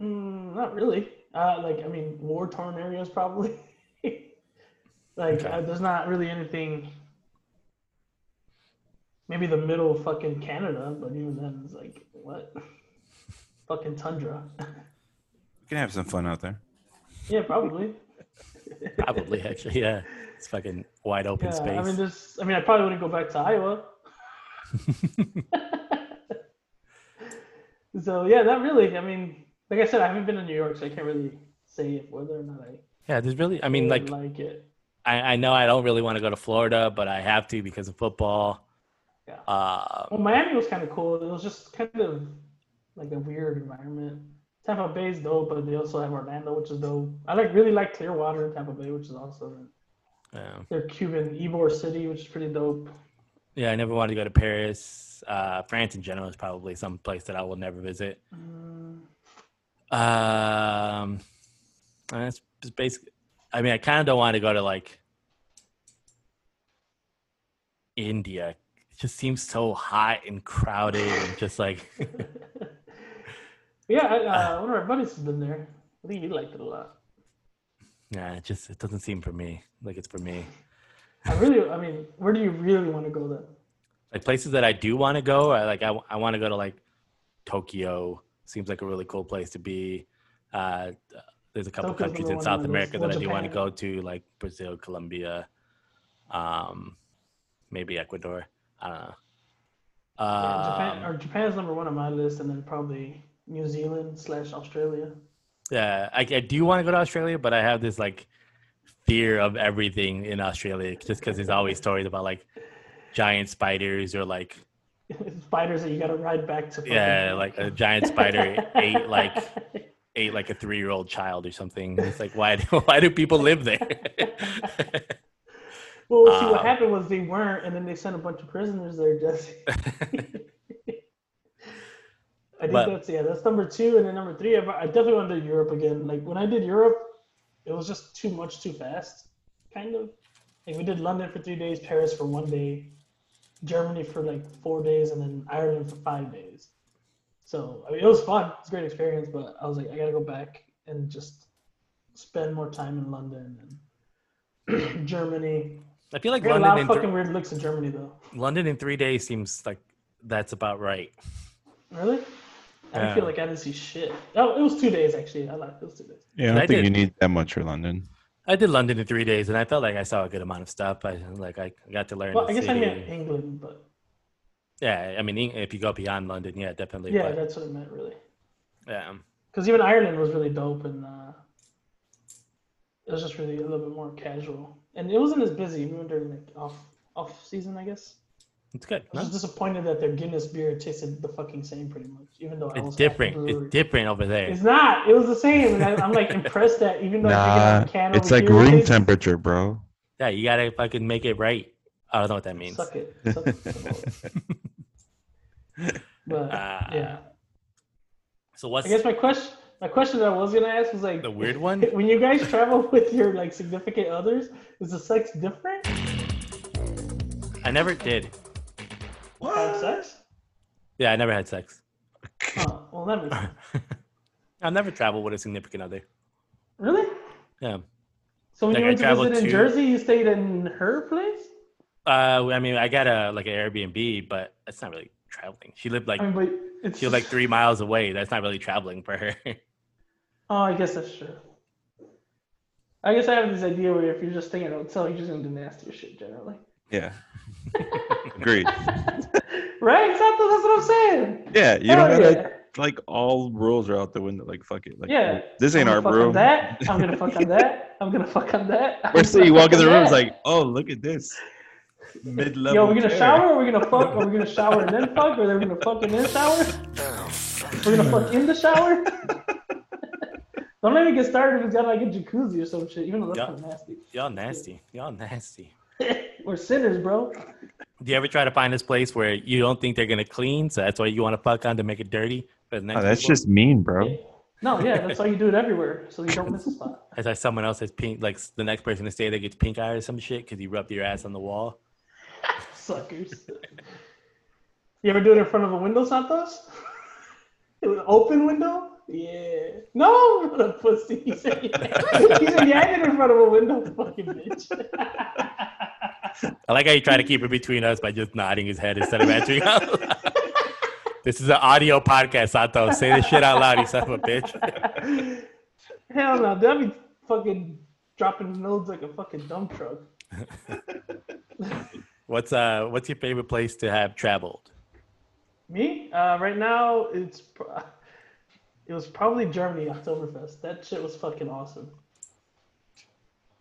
Speaker 1: Mm, not really. Uh, like I mean, war torn areas probably. like
Speaker 2: Okay.
Speaker 1: uh, there's not really anything. Maybe the middle of fucking Canada, but even then, it's like what? fucking tundra.
Speaker 3: you can have some fun out there.
Speaker 1: yeah, probably.
Speaker 2: Probably, actually, yeah. It's fucking wide open
Speaker 1: Yeah,
Speaker 2: space.
Speaker 1: I mean, this. I mean, I probably wouldn't go back to Iowa. so yeah, not really. I mean, like I said, I haven't been to New York, so I can't really say if whether or not I.
Speaker 2: yeah, there's really. I mean,
Speaker 1: really
Speaker 2: like,
Speaker 1: like it.
Speaker 2: I, I know I don't really want to go to Florida, but I have to because of football.
Speaker 1: Yeah.
Speaker 2: Uh,
Speaker 1: Well, Miami was kind of cool. It was just kind of like a weird environment. Tampa Bay is dope, but they also have Orlando, which is dope. I like really like Clearwater in Tampa Bay, which is awesome.
Speaker 2: yeah.
Speaker 1: Their Cuban Ybor City, which is pretty dope.
Speaker 2: yeah, I never wanted to go to Paris. Uh, France in general is probably some place that I will never visit.
Speaker 1: Mm,
Speaker 2: Um, that's basically. I mean, I kind of don't want to go to like India. It just seems so hot and crowded, and just like
Speaker 1: yeah, I, uh, one of our buddies has been there. I think he liked it a lot.
Speaker 2: yeah, it just it doesn't seem for me. Like it's for me.
Speaker 1: I really, I mean, where do you really want to go then?
Speaker 2: Like places that I do want to go. I like I I want to go to like Tokyo. Seems like a really cool place to be. Uh, there's a couple
Speaker 1: Tokyo's
Speaker 2: countries
Speaker 1: number
Speaker 2: in
Speaker 1: one on my
Speaker 2: South
Speaker 1: list.
Speaker 2: America
Speaker 1: Or
Speaker 2: that I do want to
Speaker 1: Japan.
Speaker 2: go to, like Brazil, Colombia, um, maybe Ecuador. I don't know.
Speaker 1: Yeah, Japan
Speaker 2: Um,
Speaker 1: or Japan's number one on my list, and then probably New Zealand slash Australia.
Speaker 2: yeah, I, I do want to go to Australia, but I have this like fear of everything in Australia just because there's always stories about like giant spiders or like
Speaker 1: Spiders that you got to ride back to. fucking-
Speaker 2: yeah, like a giant spider ate like ate like a three year old child or something. It's like why do, why do people live there?
Speaker 1: Well, see, what
Speaker 2: Um,
Speaker 1: happened was they weren't, and then they sent a bunch of prisoners there, Jesse. I think
Speaker 2: But-
Speaker 1: that's yeah, that's number two, and then number three. I, I definitely want to do Europe again. Like when I did Europe, it was just too much, too fast, kind of. Like we did London for three days, Paris for one day, Germany for like four days, and then Ireland for five days. So I mean, it was fun. It's a great experience, but I was like, I gotta go back and just spend more time in London and Germany.
Speaker 2: I feel like
Speaker 1: I got a lot
Speaker 2: London
Speaker 1: of
Speaker 2: in,
Speaker 1: fucking
Speaker 2: thr-
Speaker 1: weird looks in Germany though.
Speaker 2: London in three days seems like that's about right.
Speaker 1: Really? I
Speaker 2: Yeah.
Speaker 1: feel like I didn't see shit. Oh, it was two days actually. I like those two days.
Speaker 3: Yeah, I don't
Speaker 2: I
Speaker 3: think
Speaker 2: did-
Speaker 3: you need that much for London.
Speaker 2: I did London in three days, and I felt like I saw a good amount of stuff. I like I got to learn.
Speaker 1: Well,
Speaker 2: the
Speaker 1: I guess I
Speaker 2: city.
Speaker 1: meant England, but
Speaker 2: Yeah, I mean, Eng- if you go beyond London, yeah, definitely.
Speaker 1: yeah,
Speaker 2: but,
Speaker 1: that's what I meant really.
Speaker 2: yeah.
Speaker 1: Because even Ireland was really dope, and uh, it was just really a little bit more casual, and it wasn't as busy even during like off off season, I guess.
Speaker 2: it's good.
Speaker 1: I was
Speaker 2: no?
Speaker 1: just disappointed that their Guinness beer tasted the fucking same pretty much, even though I
Speaker 2: It's
Speaker 1: was at the
Speaker 2: different.
Speaker 1: brewery.
Speaker 2: It's different over there.
Speaker 1: It's not. It was the same, and I, I'm like impressed that even though I
Speaker 3: Nah,
Speaker 1: think I can
Speaker 3: it's
Speaker 1: over
Speaker 3: like
Speaker 1: here,
Speaker 3: room
Speaker 1: it's-
Speaker 3: temperature, bro.
Speaker 2: yeah, you gotta fucking make it right. I don't know what that means.
Speaker 1: Suck it. Suck it. but
Speaker 2: Ah.
Speaker 1: yeah,
Speaker 2: So what's
Speaker 1: I guess my question, my question that I was gonna ask was like,
Speaker 2: the weird one?
Speaker 1: when you guys travel with your like significant others, is the sex different?
Speaker 2: I never did.
Speaker 1: Have sex?
Speaker 2: Yeah, I never had sex.
Speaker 1: Huh, well, that makes
Speaker 2: I've never traveled with a significant other.
Speaker 1: really.
Speaker 2: Yeah.
Speaker 1: So when
Speaker 2: Like,
Speaker 1: you
Speaker 2: I
Speaker 1: went to
Speaker 2: traveled
Speaker 1: visit in
Speaker 2: to-
Speaker 1: Jersey, you stayed in her place.
Speaker 2: Uh, I mean, I got a like an Airbnb, but that's not really traveling. She lived like
Speaker 3: Oh.
Speaker 1: I mean, but it's
Speaker 2: she lived like three miles away. That's not really traveling for her.
Speaker 1: Oh, I guess that's true. I guess I have this idea where if you're just staying at a hotel, you're just gonna do nastier shit generally.
Speaker 3: Yeah. Agreed.
Speaker 1: right? Exactly. That's what I'm saying.
Speaker 3: Yeah, you
Speaker 1: Hell
Speaker 3: don't gotta
Speaker 1: Oh, yeah.
Speaker 3: like all rules are out the window. Like fuck it. Like
Speaker 1: Yeah.
Speaker 3: this ain't
Speaker 1: I'm
Speaker 3: our
Speaker 1: gonna fuck
Speaker 3: room.
Speaker 1: on that. I'm gonna fuck on that. I'm gonna fuck on that. I'm
Speaker 3: Or so you
Speaker 1: gonna
Speaker 3: walk
Speaker 1: fuck
Speaker 3: in the
Speaker 1: on
Speaker 3: room, it's
Speaker 1: that.
Speaker 3: like, oh look at this. Mid level.
Speaker 1: Yo, we're gonna shower, or we're gonna fuck, or we're gonna shower and then fuck, or then we're gonna fuck and then shower. We're gonna fuck in the shower. Don't let me get started if it's got like a jacuzzi or some shit, even though that's
Speaker 2: Yeah.
Speaker 1: kind of nasty.
Speaker 2: Y'all nasty. Y'all nasty.
Speaker 1: We're sinners, bro.
Speaker 2: Do you ever try to find this place where you don't think they're gonna clean, so that's why you want to fuck on to make it dirty? But
Speaker 3: Oh, that's just mean, bro.
Speaker 1: No, yeah, that's why you do it everywhere, so you don't miss a spot.
Speaker 2: as like someone else has pink, like s- the next person to stay there gets pink eye or some shit because you rubbed your ass on the wall.
Speaker 1: Suckers. You ever do it in front of a window, Santos? An open window? Yeah. No, the pussy. He said, yeah. he said, yeah, I did it in front of a window, fucking bitch.
Speaker 2: I like how you try to keep it between us by just nodding his head instead of answering. out loud. this is an audio podcast, Sato. Say this shit out loud, you son of a bitch.
Speaker 1: Hell no, that'd be fucking dropping loads like a fucking dump truck.
Speaker 2: What's uh, what's your favorite place to have traveled?
Speaker 1: Me? Uh, right now, it's pro- it was probably Germany Oktoberfest. That shit was fucking awesome.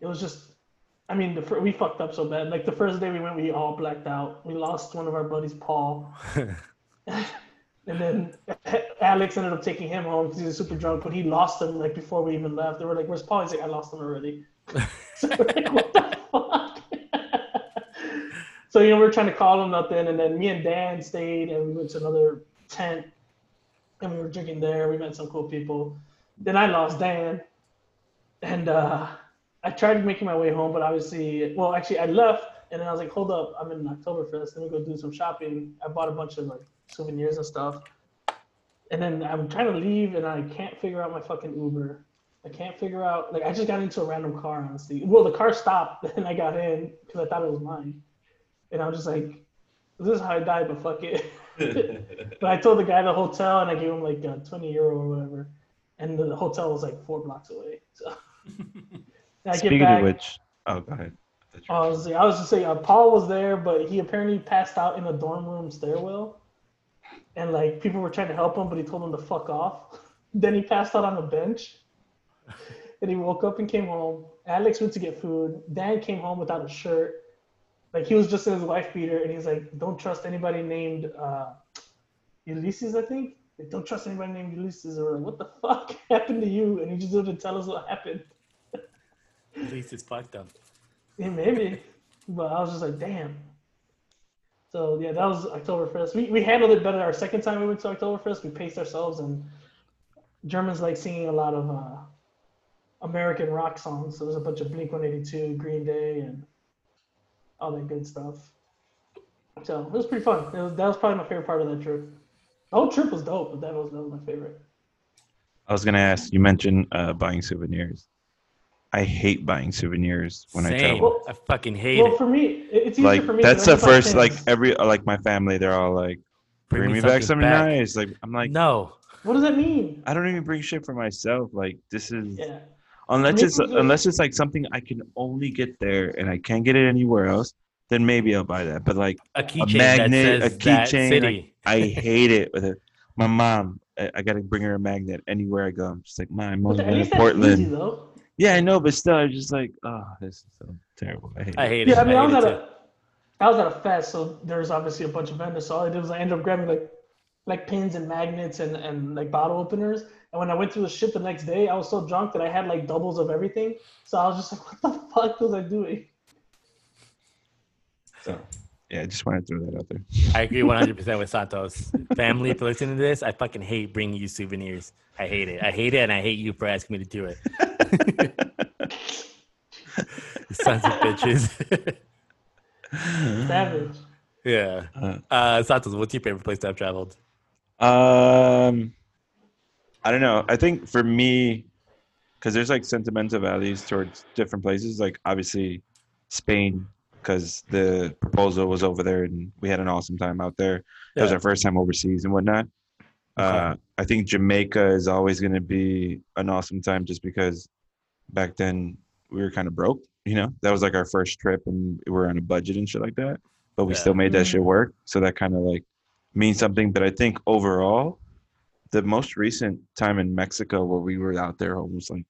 Speaker 1: It was just, I mean, the fir- we fucked up so bad. Like the first day we went, we all blacked out. We lost one of our buddies, Paul, and then Alex ended up taking him home because he was super drunk. But he lost him like before we even left. They were like, "Where's Paul?" He's like, "I lost him already." so we're like, what the fuck? So you know, we were trying to call him nothing, and then me and Dan stayed, and we went to another tent, and we were drinking there. We met some cool people. Then I lost Dan, and uh, I tried making my way home, but obviously, well, actually, I left, and then I was like, hold up, I'm in Oktoberfest. Let me go do some shopping. I bought a bunch of like souvenirs and stuff, and then I'm trying to leave, and I can't figure out my fucking Uber. I can't figure out. Like, I just got into a random car, honestly. Well, the car stopped, and I got in because I thought it was mine. And I was just like, this is how I died, but fuck it. but I told the guy the hotel, and I gave him like uh, 20 euro or whatever. And the hotel was like four blocks away. So And I get
Speaker 3: Speaking
Speaker 1: back.
Speaker 3: of which, oh go ahead.
Speaker 1: oh, I, was, I was just saying, uh, Paul was there, but he apparently passed out in a dorm room stairwell. and like people were trying to help him, but he told them to fuck off. then he passed out on the bench, and he woke up and came home. Alex went to get food. Dan came home without a shirt. Like he was just in his wife beater, and he's like, "Don't trust anybody named uh, Ulysses, I think." Like, don't trust anybody named Ulysses. Or like, what the fuck happened to you? And he just didn't tell us what happened.
Speaker 2: At least it's fucked up.
Speaker 1: Yeah, maybe. but I was just like, damn. So yeah, that was Oktoberfest. We we handled it better our second time we went to Oktoberfest. We paced ourselves, and Germans like singing a lot of uh, American rock songs. So there's a bunch of Blink 182, Green Day, and all that good stuff. So it was pretty fun. It was, that was probably my favorite part of that trip. The whole trip was dope, but that was, that was my favorite.
Speaker 3: I was gonna ask. You mentioned uh, buying souvenirs. I hate buying souvenirs when I
Speaker 2: Same.
Speaker 3: travel.
Speaker 1: Well-
Speaker 2: I fucking hate
Speaker 1: well,
Speaker 2: it.
Speaker 1: for me, it- it's easier
Speaker 3: Like
Speaker 1: for me. to
Speaker 3: that's the
Speaker 1: identify
Speaker 3: first. Like
Speaker 1: things.
Speaker 3: every like my family, they're all like, "Bring, me back something nice." Like I'm like,
Speaker 2: no.
Speaker 1: what does that mean?
Speaker 3: I don't even bring shit for myself. Like this is
Speaker 1: Yeah,
Speaker 3: unless
Speaker 1: Maybe
Speaker 3: it's
Speaker 1: the-
Speaker 3: unless it's like something I can only get there and I can't get it anywhere else. Then maybe I'll buy that. But like
Speaker 2: A keychain that
Speaker 3: magnet,
Speaker 2: says
Speaker 3: a
Speaker 2: that
Speaker 3: keychain,
Speaker 2: city.
Speaker 3: I hate it with it. My mom, I, I gotta bring her a magnet anywhere I go. I'm just like, mom, I'm
Speaker 1: but
Speaker 3: only
Speaker 1: at
Speaker 3: going
Speaker 1: least
Speaker 3: to
Speaker 1: that's
Speaker 3: Portland.
Speaker 1: easy though.
Speaker 3: Yeah, I know, but still, I was just like, oh, this is so terrible. I hate
Speaker 2: I
Speaker 3: it.
Speaker 2: hate it.
Speaker 1: Yeah, I mean, I, was
Speaker 2: hate
Speaker 1: at
Speaker 2: it
Speaker 1: a, I was at a fest, so there was obviously a bunch of vendors. So all I did was I ended up grabbing like, like pins and magnets and and like bottle openers. And when I went through the shit the next day, I was so drunk that I had like doubles of everything. So I was just like, what the fuck was I doing?
Speaker 3: So, yeah, I just want to throw that out there.
Speaker 2: too. I agree 100% with Santos. Family, if you listen to this, I fucking hate bringing you souvenirs. I hate it. I hate it, and I hate you for asking me to do it. You Sons of bitches.
Speaker 1: Savage.
Speaker 2: yeah. Uh, Santos, what's your favorite place to have traveled?
Speaker 3: Um, I don't know. I think for me, because there's like sentimental values towards different places. Like obviously, Spain, because the proposal was over there, and we had an awesome time out there. It was
Speaker 2: Yeah.
Speaker 3: our first time overseas and whatnot. Uh, I think Jamaica is always going to be an awesome time, just because back then we were kind of broke. You know, that was like our first trip, and we were on a budget and shit like that. But we
Speaker 2: Yeah.
Speaker 3: still made that
Speaker 1: Mhm.
Speaker 3: shit work. So that kind of like means something. But I think overall, the most recent time in Mexico where we were out there almost like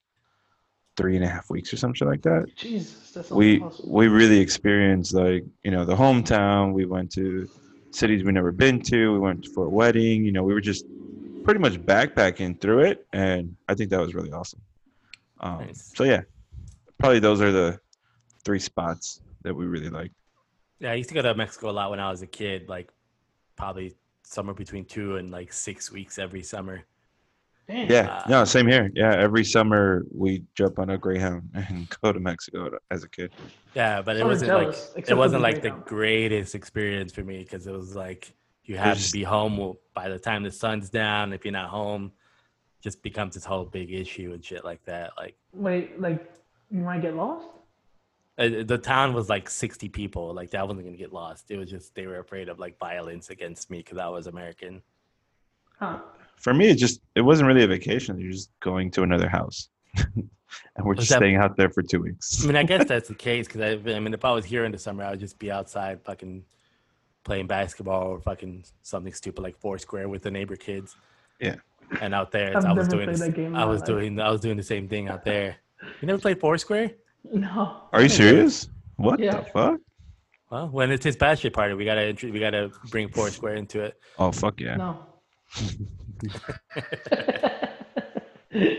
Speaker 3: three and a half weeks or something like that
Speaker 1: Jesus, that's
Speaker 3: we
Speaker 1: awesome.
Speaker 3: we really experienced like you know the hometown we went to cities we never been to we went for a wedding you know we were just pretty much backpacking through it and i think that was really awesome um,
Speaker 2: Nice.
Speaker 3: so yeah probably those are the three spots that we really liked
Speaker 2: Yeah, I used to go to Mexico a lot when I was a kid, like probably somewhere between two and like six weeks every summer.
Speaker 1: Damn.
Speaker 3: yeah
Speaker 2: Uh,
Speaker 3: no same here yeah every summer we jump on a greyhound and go to mexico to- as a kid
Speaker 2: Yeah, but it
Speaker 1: Kinda
Speaker 2: wasn't
Speaker 1: jealous,
Speaker 2: like
Speaker 1: except
Speaker 2: it
Speaker 1: for
Speaker 2: wasn't
Speaker 1: the
Speaker 2: like the
Speaker 1: breakout.
Speaker 2: greatest experience for me because it was like you have
Speaker 3: just-
Speaker 2: to be home w- by the time the sun's down. If you're not home, just becomes this whole big issue and shit like that. Like
Speaker 1: Wait, like you might get lost.
Speaker 2: uh, the town was like 60 people. Like that wasn't gonna get lost. It was just they were afraid of like violence against me because I was American.
Speaker 1: Huh.
Speaker 3: for me it just it wasn't really a vacation you're just going to another house and we're
Speaker 2: Was
Speaker 3: just
Speaker 2: that-
Speaker 3: staying out there for two weeks
Speaker 2: I mean, I guess that's the case because I, I mean, if I was here in the summer, I would just be outside fucking playing basketball or fucking something stupid like Foursquare with the neighbor kids.
Speaker 3: Yeah.
Speaker 2: And out there,
Speaker 1: I've
Speaker 2: I was
Speaker 1: never
Speaker 2: doing
Speaker 1: played
Speaker 2: this,
Speaker 1: that game in
Speaker 2: I
Speaker 1: my
Speaker 2: was
Speaker 1: life.
Speaker 2: doing I was doing the same thing out there. You never played Foursquare?
Speaker 1: No.
Speaker 3: Are you serious? What
Speaker 1: Yeah.
Speaker 3: the fuck?
Speaker 2: Well, when it's his bachelor party, we gotta intro- we gotta bring Foursquare into it.
Speaker 3: Oh fuck yeah!
Speaker 1: No.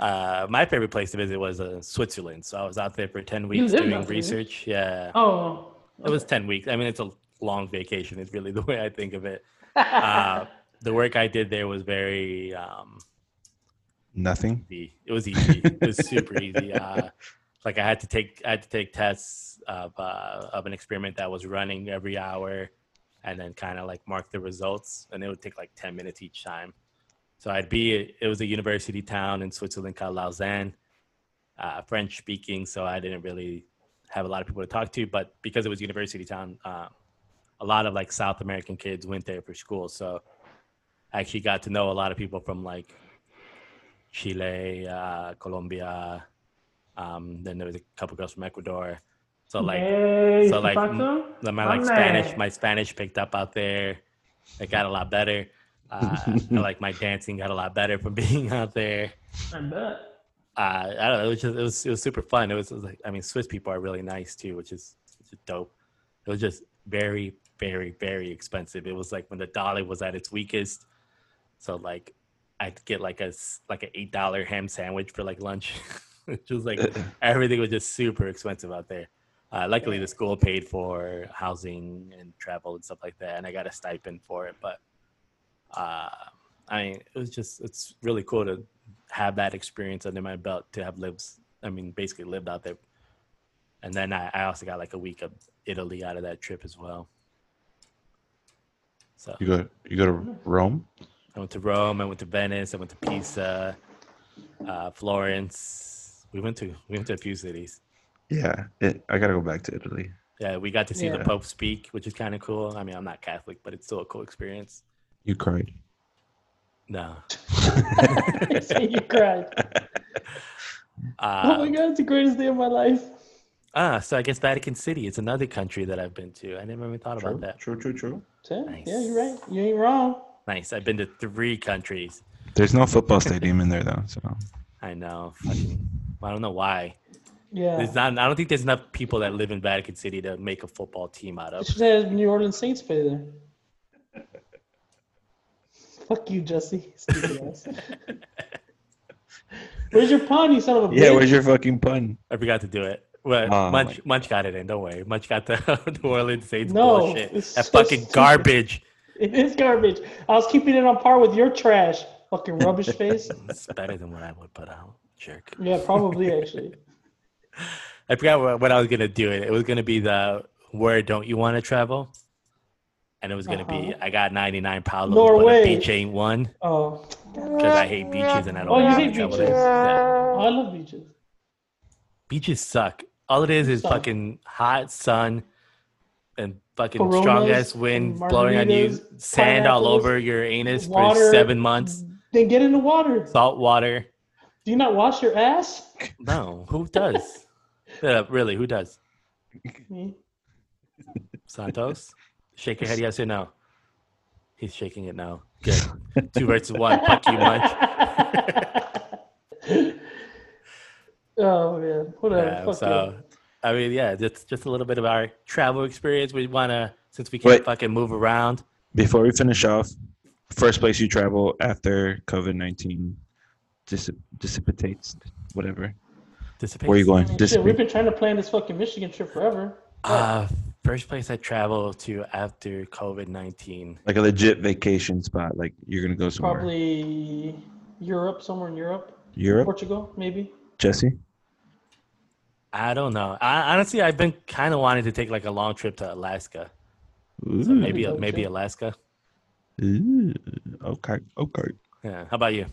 Speaker 2: Uh, my favorite place to visit was uh, Switzerland. So I was out there for ten weeks
Speaker 1: lived
Speaker 2: doing
Speaker 1: out there.
Speaker 2: research. Yeah,
Speaker 1: oh.
Speaker 2: it was ten weeks. I mean, it's a long vacation. Is really the way I think of it. Uh, the work I did there was very um,
Speaker 3: Nothing.
Speaker 2: easy. It was easy. It was super easy. Uh, like I had to take I had to take tests of uh, of an experiment that was running every hour, and then kind of like mark the results, and it would take like ten minutes each time. So I'd be it was a university town in Switzerland called Lausanne, uh, French speaking. So I didn't really have a lot of people to talk to, but because it was university town, uh, a lot of like South American kids went there for school. So I actually got to know a lot of people from like Chile, uh, Colombia. Um, then there was a couple girls from Ecuador. So like,
Speaker 1: Hey,
Speaker 2: so, like,
Speaker 1: Zapato?
Speaker 2: then my
Speaker 1: My
Speaker 2: like Spanish,
Speaker 1: man.
Speaker 2: my Spanish picked up out there. It got a lot better. Uh, like my dancing got a lot better from being out there.
Speaker 1: I
Speaker 2: mm.
Speaker 1: bet.
Speaker 2: Uh, I don't know. It was just it was it was super fun. It was, it was like I mean, Swiss people are really nice too, which is, which is dope. It was just very very very expensive. It was like when the dollar was at its weakest. So like, I'd get like a s- like an eight dollar ham sandwich for like lunch. it was like everything was just super expensive out there. Uh, luckily, the school paid for housing and travel and stuff like that, and I got a stipend for it. But uh, I mean, it was just it's really cool to have that experience under my belt to have lived. I mean, basically lived out there, and then I, I also got like a week of Italy out of that trip as well. So
Speaker 3: You go you go to Rome?
Speaker 2: I went to Rome. I went to Venice. I went to Pisa, uh, Florence. We went to we went to a few cities.
Speaker 3: Yeah. It, I gotta go back to Italy.
Speaker 2: Yeah, we got to see the
Speaker 1: Yeah.
Speaker 2: Pope speak, which is kind of cool. I mean, I'm not Catholic, but it's still a cool experience.
Speaker 3: You cried.
Speaker 2: No.
Speaker 1: you cried.
Speaker 2: Uh,
Speaker 1: Oh my god, it's the greatest day of my life.
Speaker 2: Ah, so I guess Vatican City. It's another country that I've been to. I never even thought about that.
Speaker 3: True, true, true.
Speaker 1: Tim,
Speaker 2: Nice.
Speaker 1: Yeah, you're right. You ain't wrong.
Speaker 2: Nice. I've been to three countries.
Speaker 3: There's no football stadium in there though, so
Speaker 2: I know. Fucking, I don't know why.
Speaker 1: Yeah.
Speaker 2: There's not. I don't think there's enough people that live in Vatican City to make a football team out
Speaker 1: I
Speaker 2: of.
Speaker 1: should have New Orleans Saints play there. Fuck you, Jesse. Stupid ass. Where's your pun, you son of a
Speaker 3: Yeah,
Speaker 1: bitch?
Speaker 3: where's your fucking pun?
Speaker 2: I forgot to do it. Well,
Speaker 3: Oh, my
Speaker 2: Munch, Munch got it in. Don't worry. Munch got the New Orleans Saints
Speaker 1: No,
Speaker 2: bullshit.
Speaker 1: it's
Speaker 2: That
Speaker 1: so
Speaker 2: fucking
Speaker 1: stupid.
Speaker 2: garbage.
Speaker 1: It is garbage. I was keeping it on par with your trash. Fucking rubbish face.
Speaker 2: It's better than what I would put out. Jerk.
Speaker 1: Yeah, probably actually.
Speaker 2: I forgot what, what I was gonna do. It it was gonna be the where don't you want to travel, and it was gonna be
Speaker 1: Uh-huh.
Speaker 2: I got ninety nine Palos,
Speaker 1: Norway.
Speaker 2: but a beach ain't one
Speaker 1: Oh,
Speaker 2: because I hate beaches and I don't.
Speaker 1: Oh, you
Speaker 2: wanna
Speaker 1: hate
Speaker 2: travel
Speaker 1: beaches.
Speaker 2: there. Yeah.
Speaker 1: oh I love beaches.
Speaker 2: Beaches suck. All it is is
Speaker 1: Suck.
Speaker 2: fucking hot sun and fucking
Speaker 1: Coronas
Speaker 2: strong ass wind
Speaker 1: and
Speaker 2: blowing on you,
Speaker 1: margaritas,
Speaker 2: sand all
Speaker 1: pineapples,
Speaker 2: over your anus for
Speaker 1: water.
Speaker 2: seven months,
Speaker 1: Then get in the water.
Speaker 2: salt water.
Speaker 1: Do you not wash your ass?
Speaker 2: No, who does? yeah, really, who does?
Speaker 1: Me.
Speaker 2: Santos, shake your head yes or no. He's shaking it no. Good. Two versus one. Fuck you,
Speaker 1: Uh,
Speaker 2: Munch.
Speaker 1: oh man, whatever.
Speaker 2: Yeah,
Speaker 1: Fuck
Speaker 2: so, I mean, yeah, that's just a little bit of our travel experience. We want to, since we can't
Speaker 3: Wait.
Speaker 2: fucking move around.
Speaker 3: Before we finish off, first place you travel after COVID nineteen dissip- dissipates, whatever.
Speaker 2: Dissipates.
Speaker 3: Where are you going?
Speaker 1: you. Shit, we've
Speaker 3: Dissipate.
Speaker 1: been trying to plan this fucking Michigan trip forever.
Speaker 2: Uh, first place I traveled to after COVID 19.
Speaker 3: Like a legit vacation spot. Like you're gonna go somewhere.
Speaker 1: Probably Europe, somewhere in Europe,
Speaker 3: Europe,
Speaker 1: Portugal, maybe.
Speaker 3: Jesse.
Speaker 2: I don't know. I, honestly, I've been kind of wanting to take like a long trip to Alaska. So
Speaker 3: Ooh.
Speaker 2: maybe, uh,
Speaker 1: Ooh.
Speaker 2: maybe Alaska.
Speaker 3: Ooh, okay, okay.
Speaker 2: Yeah. How about you?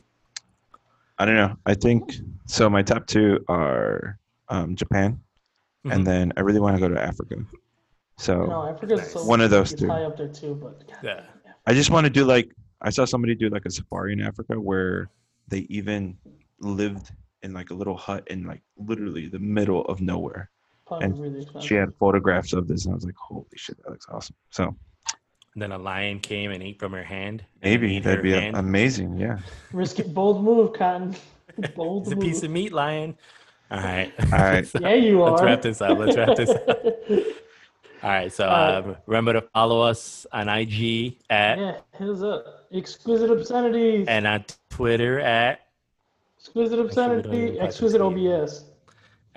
Speaker 3: I don't know. I think so. My top two are um, Japan,
Speaker 2: Mhm.
Speaker 3: and then I really want to go to Africa. So
Speaker 1: No, Africa's so
Speaker 3: Oh. One of those
Speaker 1: it's
Speaker 3: two.
Speaker 1: high up there too, but God,
Speaker 2: Yeah.
Speaker 3: I just want to do like I saw somebody do like a safari in Africa where they even lived in like a little hut in like literally the middle of nowhere.
Speaker 1: probably
Speaker 3: And
Speaker 1: really expensive.
Speaker 3: She had photographs of this, and I was like, "Holy shit, that looks awesome!" So
Speaker 2: And then a lion came and ate from her hand. and then
Speaker 3: maybe
Speaker 2: ate
Speaker 3: that'd
Speaker 2: her
Speaker 3: be a-
Speaker 2: hand.
Speaker 3: amazing. Yeah.
Speaker 1: Risky, bold move, Cotton. Bold
Speaker 2: It's a
Speaker 1: move.
Speaker 2: piece of meat, lion. All right.
Speaker 3: All right.
Speaker 1: yeah, you are.
Speaker 2: Let's wrap this up. Let's wrap this up. All right. So
Speaker 1: All
Speaker 2: um, remember to follow us on IG at
Speaker 1: yeah, hit us up. Exquisite obscenities.
Speaker 2: and on Twitter at,
Speaker 1: exquisite
Speaker 2: don't even
Speaker 1: obscenity.
Speaker 2: fucking
Speaker 1: Exquisite
Speaker 2: see it.
Speaker 1: OBS.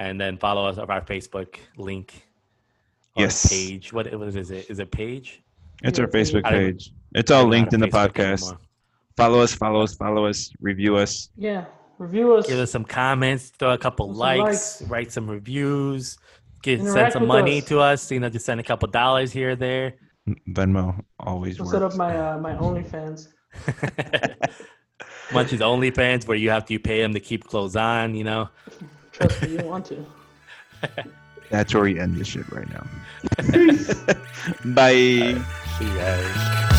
Speaker 2: and then follow us on our Facebook link. or
Speaker 3: Yes.
Speaker 2: Page. What, what is it? Is it page?
Speaker 3: It's our Facebook
Speaker 2: I don't-
Speaker 3: page. It's all
Speaker 2: Not
Speaker 3: linked
Speaker 2: a
Speaker 3: in the
Speaker 2: Facebook
Speaker 3: podcast.
Speaker 2: anymore.
Speaker 3: Follow us. Follow us. Follow us. Review us.
Speaker 1: Yeah. Review us.
Speaker 2: Give us some comments. Throw a couple
Speaker 1: Some
Speaker 2: likes, Write some reviews. Get, send
Speaker 1: Interact
Speaker 2: some
Speaker 1: with
Speaker 2: money
Speaker 1: us.
Speaker 2: to us. You know, just send a couple dollars here or there.
Speaker 3: Venmo always
Speaker 1: We'll
Speaker 3: works.
Speaker 1: set up my uh, my OnlyFans.
Speaker 2: Much is OnlyFans, where you have to pay them to keep clothes on. You know.
Speaker 1: Trust me, you want to.
Speaker 3: That's where we end this shit right now. Bye.
Speaker 2: See you guys.